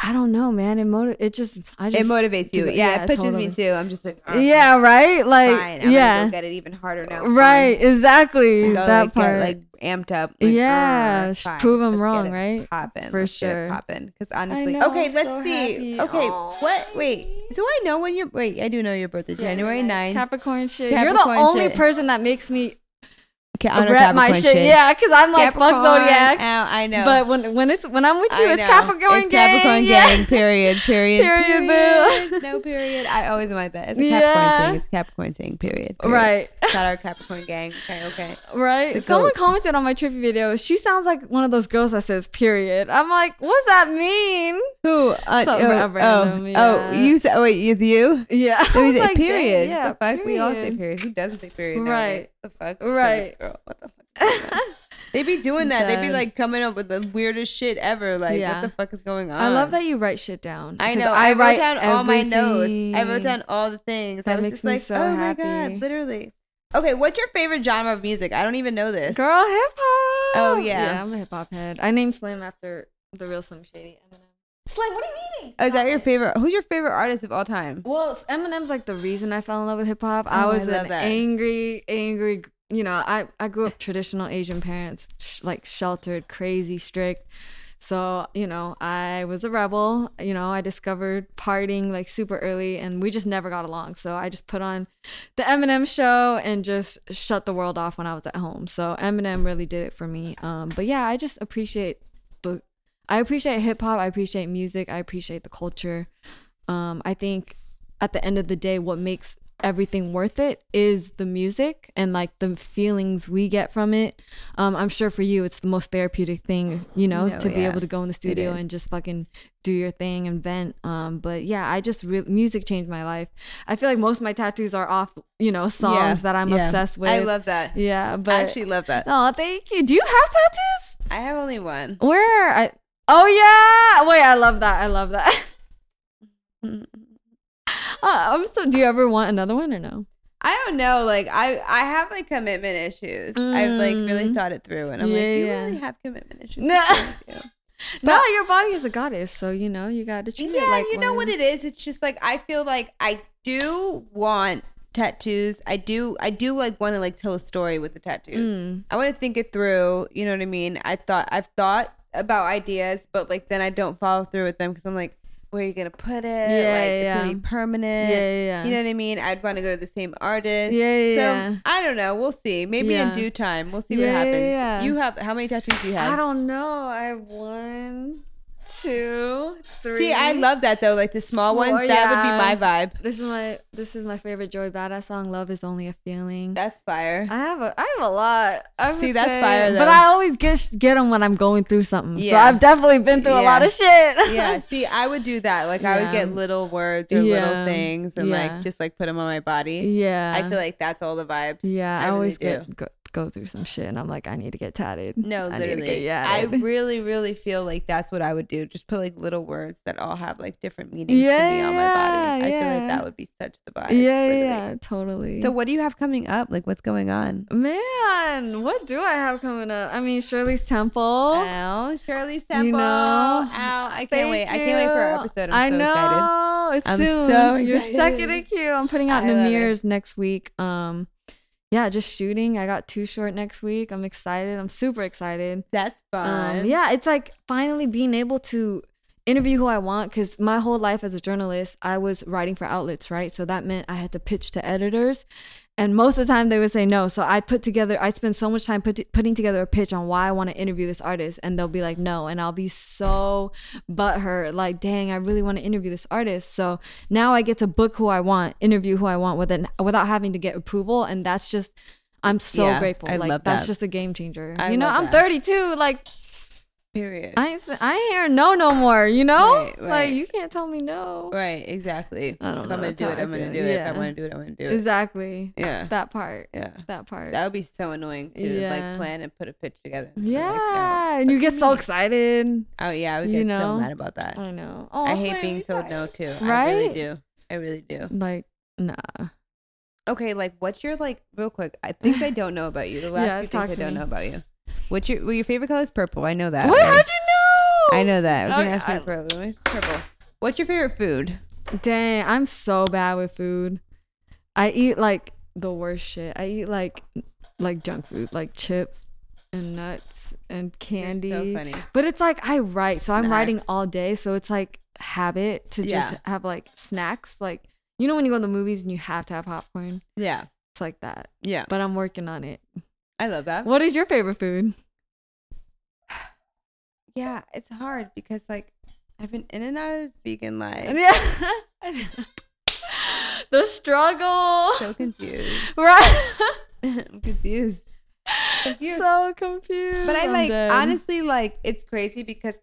I don't know, man. It motiv- It just. I just
it motivates you.
do it.
Yeah, it pushes
totally.
me too. I'm just like, "Ugh,
Yeah, right. Like,
fine. I'm yeah,
yeah,
gonna go get it even harder now.
Right, exactly.
Fine. Go,
that
Um, like, get,
part.
like uh, amped up.
Yeah, sh- prove 'em wrong, right?
Popping
For sure.
popping. Because honestly,
know,
okay,
I'm
let's
so
see.
happy.
Okay,
Aw.
what? Wait, do I know when your wait? I do know your birthday, January 9th.
Capricorn shit. You're
Capricorn
the only
shit.
person that makes me
okay, honor
regret my
Capricorn
shit. Yeah, because I'm like fuck
Capricorn,
zodiac.
ow, I know,
But when when it's when I'm with you,
I
it's
know.
Capricorn
It's
gang.
Capricorn
yeah.
gang. Period. Period.
Period, boo.
period. No period. I always am like that. It's a
Yeah.
Capricorn thing. It's a Capricorn thing. Period. period.
Right,
Shout out Capricorn gang. Okay. Okay.
right.
The
Someone
goat.
commented on my trippy video. She sounds like one of those girls that says "period." I'm like, what does that mean?
Who? Uh,
Something
oh,
random,
oh,
yeah.
oh, you said, oh, wait, you, you?
Yeah, I
It
was
was
like,
period.
"Dang, Yeah,
the fuck? We all say
period."
period. Who doesn't say period?
Right.
Right. The fuck?
Right.
Girl, what the fuck? is going on? they be doing that. They be
Done.
like coming up with the weirdest shit ever. Like, what
Yeah.
the fuck is going on?
I love that you write shit down.
Uh. I
because
know. I, wrote
write
down all my notes. I
everything.
wrote down all the things.
That
I was
makes
just
me
like,
so
oh my
happy.
god, literally. Okay, what's your favorite genre of music? I don't even know this.
Girl, hip hop.
Oh, yeah.
yeah. I'm a hip hop head. I named Slim after the real Slim Shady. Eminem. Slim, what are you eating?
Oh, is that your favorite? Who's your favorite artist of all time?
Well, Eminem's like the reason I fell in love with hip hop. I
Oh, I
was
love
an
that.
angry, angry. You know, I I grew up traditional Asian parents, sh- like sheltered, crazy, strict. So you know, I was a rebel. You know, I discovered partying like super early, and we just never got along. So I just put on the Eminem show and just shut the world off when I was at home. So Eminem really did it for me. Um, but yeah, I just appreciate the. I appreciate hip hop. I appreciate music. I appreciate the culture um, I think at the end of the day, what makes everything worth it is the music and like the feelings we get from it. Um, I'm sure for you, it's the most therapeutic thing, you know,
No,
to be
yeah.
able to go in the studio
is.
and just fucking do your thing and vent. Um, but yeah, I just re- music changed my life. I feel like most of my tattoos are off, you know, songs
Yeah,
that I'm
yeah.
obsessed with.
I love that.
Yeah, but
I actually love that.
oh, thank you. Do you have tattoos?
I have only one.
Where? I oh yeah. Wait, I love that. I love that. Uh, I'm so, do you ever want another one or no?
I don't know. Like I, I have like commitment issues. I've like really
Mm.
thought it through, and I'm
Yeah,
like, you
yeah.
really have commitment issues.
No.
What's wrong with you?
no, your body is a goddess, so you know you gotta treat
yeah,
it like
you know what it is. It's just like I feel like I do want tattoos. I do, I do like want to like tell a story with the tattoos.
Mm.
I want to think it through. You know what I mean? I thought I've thought about ideas, but like then I don't follow through with them because I'm like, where are you gonna put it?
Yeah,
like it's
yeah.
gonna be
Yeah,
permanent.
yeah, yeah.
You know what I mean? I'd want to go to the same artist.
Yeah, yeah,
So
yeah.
I don't know. We'll see. Maybe
Yeah.
in due time, we'll see
Yeah,
what
yeah,
happens.
yeah.
You have how many tattoos do you have?
I don't know. I have one, two, three.
see. I love that though. Like the small
Four,
ones. That
yeah.
would be my vibe.
This is my this is my favorite Joy Badass song. Love is only a feeling.
That's fire.
I have a I have a lot. I would
See, that's
say-
fire, though.
But I always get get them when I'm going through something. So
Yeah.
I've definitely been through a lot
Yeah.
of shit.
yeah. See, I would do that. Like I would
Yeah.
get little words or
Yeah.
little things and
Yeah.
like just like put them on my body.
yeah.
I feel like that's all the vibes.
yeah. I,
I really
always
do.
get go, go through some shit, and I'm like, I need to get tatted.
No,
I Need to get
literally. I
yatted.
really, really feel like that's what I would do. Just put like little words that all have like different meanings
Yeah,
to me on my body. I feel
yeah.
like that would be such the vibe.
yeah, yeah,
literally.
yeah, totally.
So what do you have coming up? Like what's going on?
man, what do I have coming up? I mean, Shirley's Temple.
Oh, Shirley Ow,
Temple.
I can't wait. I can't wait for our episode. I'm so excited.
know it's
I'm
soon.
so
You're
excited.
second in queue. I'm putting out
I love it.
Namir's next week. Um, yeah, just shooting. I got too short next week. I'm excited. I'm super excited.
That's fun.
Um, yeah, it's like finally being able to interview who I want because my whole life as a journalist, I was writing for outlets, right? So that meant I had to pitch to editors. And most of the time they would say no. So I put together, I spend so much time put, putting together a pitch on why I want to interview this artist. And they'll be like, no. And I'll be so butthurt, like, dang, I really want to interview this artist. So now I get to book who I want, interview who I want with it, without having to get approval. And that's just, I'm so
Yeah,
grateful.
I
like,
love
that's
that.
just a game changer.
I
you know,
love
I'm
that.
32. Like,
Period.
I ain't, s- I ain't hearing no no more, you know?
Right, right.
Like, you can't tell me no.
right, exactly. If
I don't know,
I'm gonna
that's
do
how
it,
I
I'm gonna
feel.
do it.
Yeah.
If I wanna do it, I'm gonna do it.
Exactly.
Yeah.
That part.
Yeah.
That part.
That would be so annoying to
Yeah.
like plan and put a pitch together. and be like,
yeah.
oh,
and you get so excited.
Oh yeah, I would
You
get
know?
so mad about that.
I know. Oh,
I hate
my
being told
God.
no too. I
Right?
really do. I really do.
Like, nah.
Okay, like what's your like real quick? I think I don't know about you. The last
Yeah,
few
talk
things I
to
don't
me.
know about you. What's your well your favorite color is purple? I know that.
What?
already.
How'd you know?
I know that. I was
Okay,
gonna ask
I-
you purple. It's purple. What's your favorite food?
Dang, I'm so bad with food. I eat like the worst shit. I eat like like junk food, like chips and nuts and candy.
so funny.
But it's like I write, so I'm writing
Snacks.
all day, so it's like habit to just
Yeah.
have like snacks. Like you know when you go to the movies and you have to have popcorn.
Yeah.
It's like that.
Yeah.
But I'm working on it.
I love that.
What is your favorite food?
Yeah, it's hard because like I've been in and out of this vegan life.
Yeah. the struggle.
So confused.
right.
I'm confused. Confused.
so confused.
But I
I'm
like
dead.
honestly like it's crazy because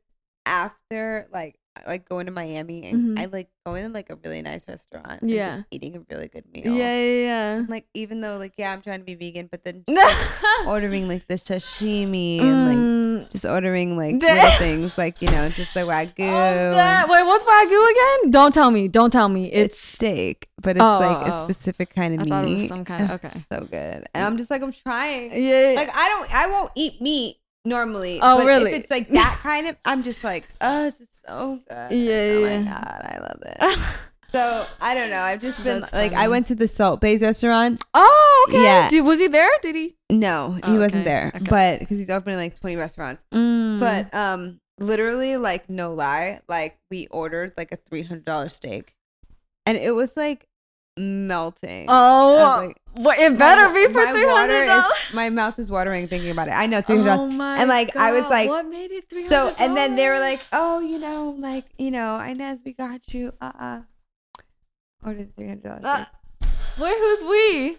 after like I like going to Miami and
Mhm.
I like going to like a really nice restaurant.
Yeah.
And just eating a really good meal.
Yeah, yeah,
And, Like even though like yeah I'm trying to be vegan, but then
yeah.
ordering like the sashimi and like
Mm. Oh,
just ordering like
Damn.
little things like you know just the wagyu.
I'm
and
dead. Wait, what's wagyu again? Don't tell me. Don't tell me.
It's
It's.
steak, but it's
Oh,
like
oh, oh.
a specific kind of
I
meat.
thought it was some kind of. Okay.
so good, and I'm just like I'm trying.
Yeah.
Like I don't, I won't eat meat normally.
Oh,
but
really?
If it's like that kind of, I'm just like, oh, this is so good.
Yeah,
oh
yeah.
my god, I love it. so I don't know. I've just been
That's
like,
funny.
I went to the Salt Bay's restaurant.
Oh, okay.
Yeah.
Did, was he there? Did he?
No, he
Oh,
wasn't
okay,
there,
okay.
but because he's opening like 20 restaurants.
Mm.
But um, literally, like no lie, like we ordered like a 300 dollar steak, and it was like melting. I
oh,
was like,
well, it
My
better
wa-
be for
my
three
water
hundred
is-
dollars.
My mouth is watering thinking about it. I know three hundred
Oh
dollars.
my
and like I was
God,
like,
what made it three
So
hundred?
and then they were like, "Oh, you know, uh-uh." like you know, Inez, we got you. Uh, uh order the three hundred dollars."
Wait, who's we?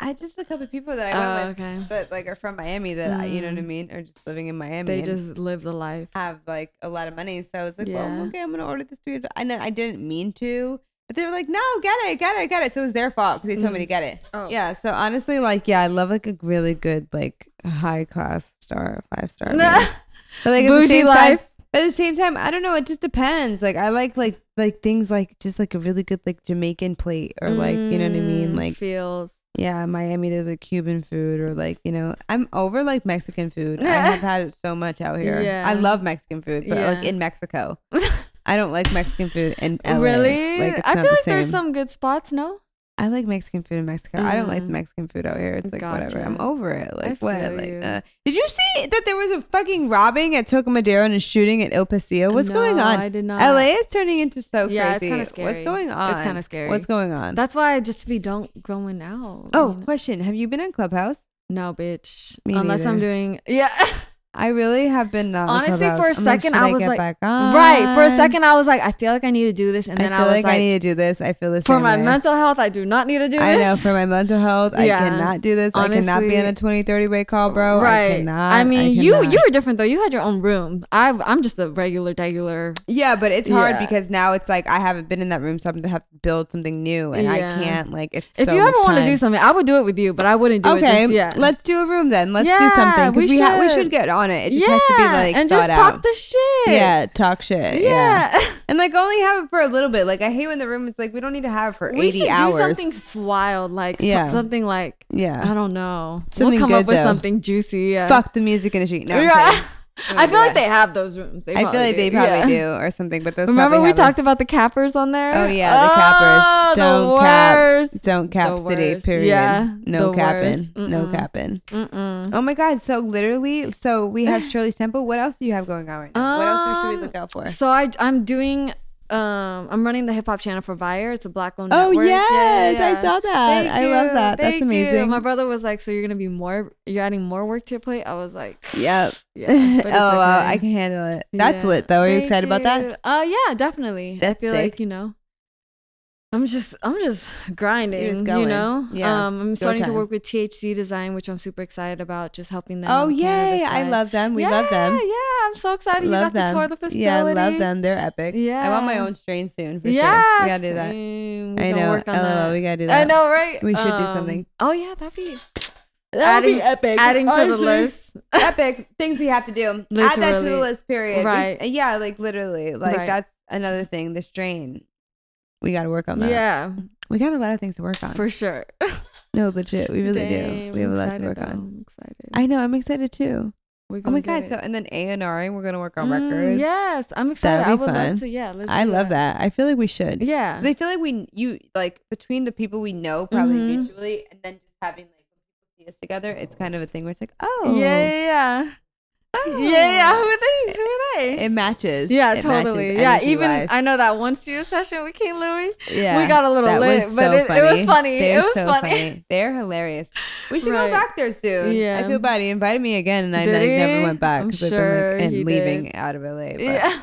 I just a couple people that I went
Oh,
with
okay. Mm.
that like are from Miami that I, you know what I mean are just living in Miami.
They
and
just live the life.
have like a lot of money, so I was like,
Yeah.
well, okay, I'm gonna order this food, and then I didn't mean to, but they were like, no, get it, get it, get it. So it was their fault because they told me to get it.
Oh.
Yeah. So honestly, like, yeah, I love like a really good like high class star five star. meal. But like at the
Bougie
same Time,
life.
but at the same time, I don't know. It just depends. Like I like like like things like just like a really good like Jamaican plate or like you know what I mean.
Mm,
Like
feels.
yeah, Miami there's like Cuban food or like you know I'm over like Mexican food. I have had it so much out here.
Yeah.
I love Mexican food, but like
Yeah.
in Mexico, I don't like Mexican food in LA.
Really?
Like, it's
I
not
feel
the
like there's
same.
some good spots, no?
I like Mexican food in Mexico. I don't like
Mm.
Mexican food out here. It's like whatever.
Gotcha.
I'm over it. Like
feel
what?
you.
Like uh, did you see that there was a fucking robbing at Tocomadero and a shooting at El Paso? What's going
No,
on?
I did not.
LA is turning into so
Yeah, it's
crazy.
kinda
What's
scary.
going
It's
on?
kinda scary. Mm.
What's going on?
That's why I just be don't going out.
oh,
you know?
question. Have you been on Clubhouse?
no, bitch.
Me
Unless I'm
neither.
doing yeah.
I really have been not. on
Honestly, for a
Clubhouse. I'm like,
second,
should
I was
get
like-
back on?
right. For a second, I was like, I feel like I need to do this, and
Um, I
then
feel
I, was
like,
like,
I need to do this. I feel the
for
same
my
way.
mental health, I do not need to do this.
I know for my mental health,
Yeah.
I cannot do this. I cannot be on a
Honestly.
20, 30 way call, bro.
right.
I cannot.
I mean, you
cannot.
you were different though. You had your own room. I I'm just a regular, regular.
Yeah, but it's hard
Yeah.
because now it's like I haven't been in that room, so I'm gonna have to build something new, and I
Yeah.
can't. Like it's
If
so
you ever
much
want to
time.
do something, I would do it with you, but I wouldn't do
okay,
it. Just, yeah.
let's do a room then. Let's do
Yeah,
something because
we
we ha- we
should.
should get on it. It just
yeah,
has to be like
and
thought
just talk
out.
the shit.
yeah, talk shit. Yeah.
yeah.
and like only have it for a little bit. Like I hate when the room is like we don't need to have it for
we should
eighty hours.
do something s- wild, like so-
Yeah.
something like I
yeah,
don't know.
Something
we'll come
good,
up with
though.
something juicy. Yeah.
fuck the music industry. No, I'm
Right.
kidding. don't
I
do
feel like
that.
they have those rooms. They
I feel like they
do.
probably
Yeah.
do or something. But those
Remember
probably
we
have a-
talked about the cappers on there?
Oh yeah, the cappers.
Oh, the
Don't cap.
worst.
Don't cap
The
city.
worst.
Period.
Yeah,
No
the
capping.
worst.
No
Mm-mm.
capping.
Mm-mm.
Oh my God! So literally, so we have Shirley Temple. What else do you have going on right now? what else should we
Um,
look out for?
So I I'm doing um I'm running the hip hop channel for Vire. It's a black owned
Oh
network. Yeah,
yes,
yeah,
I saw that.
Thank
I love
you.
that.
Thank
That's
you.
amazing.
My brother was like, "So you're gonna be more? You're adding more work to your plate?" I was like,
Yep.
"Yeah."
oh
but it's
wow,
okay.
I can handle it. That's
Yeah.
lit though. Are you
Thank
excited about that?
Uh, yeah, definitely.
That's
I feel
sick.
like you know, I'm just I'm just grinding.
going.
You know,
Yeah.
Um, I'm starting to
time.
work with THC Design, which I'm super excited about. Just helping them.
Oh
on the
yay!
cannabis
I
side.
love them. We
yeah,
love them.
Yeah, I'm so excited. you
love
got to tour the facility.
Yeah, love them. They're epic. I want my
Yeah.
own strain soon. For
Yeah,
sure. we gotta do that. I know.
Work on
LOL,
that.
we gotta do
I
that.
know, right?
We should do something.
Oh yeah, that'd be
That'd
adding,
be epic.
Adding to the
honestly.
list.
epic things we have to do. Add that to the
Literally.
list. Period.
Right.
We- yeah, like literally, like
Right.
that's another thing. The strain. We got to work on that.
Yeah,
We got a lot of things to work on.
for sure.
no, legit, we really do.
Damn,
We have a
I'm
lot to
excited,
work
though.
on.
I'm excited.
I know. I'm excited too.
We're
Oh my
gonna get
god.
it.
So and then A and R, we're gonna work on
Mm,
records.
Yes, I'm excited.
That'll
I
be
would
fun.
love to. Yeah, let's
I
do
love that. I feel like we should.
Yeah,
'Cause I feel like we you like between the people we know probably
Mhm.
mutually, and then just having like see us together. It's kind of a thing where it's like, oh,
yeah, yeah, yeah, yeah, yeah. Who are they? Who are they?
It matches.
yeah,
It matches
totally. Yeah, even
energy-wise.
I know that one studio session with King Louis.
yeah,
we got a little
that
lit,
was
but
so
it- it was funny. It
They're
was
so
funny.
They're hilarious. We should
Right.
go back there soon.
Yeah.
I feel bad. He invited me again, and I,
Did
I never
he?
went back
I'm
because I've been
sure
like
he
and leaving
did.
out of LA. But
Yeah,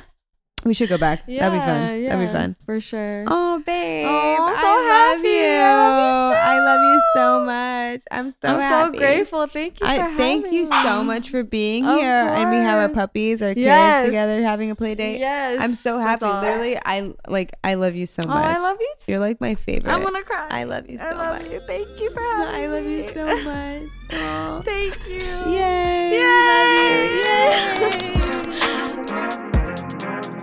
we should go back.
yeah,
That'd be fun. That'd
yeah,
be fun.
for sure.
Oh babe,
I'm so
I love
happy.
you.
I love you too.
I love you so much. I'm so
I'm
happy.
so grateful. Thank you.
I
for
thank
having
you
me.
so much for being
Of
here, and we have our
course.
puppies, our kids
Yes.
together, having a play date.
Yes,
I'm so
that's
happy.
all.
Literally, I like. I love you so
Oh,
much.
I love you too.
You're like my favorite.
I'm gonna cry.
I love you so
I love
much.
you. Thank you for having me.
I love you so much. Aw.
Thank you.
Yay! we
Yay!
love you. Yay!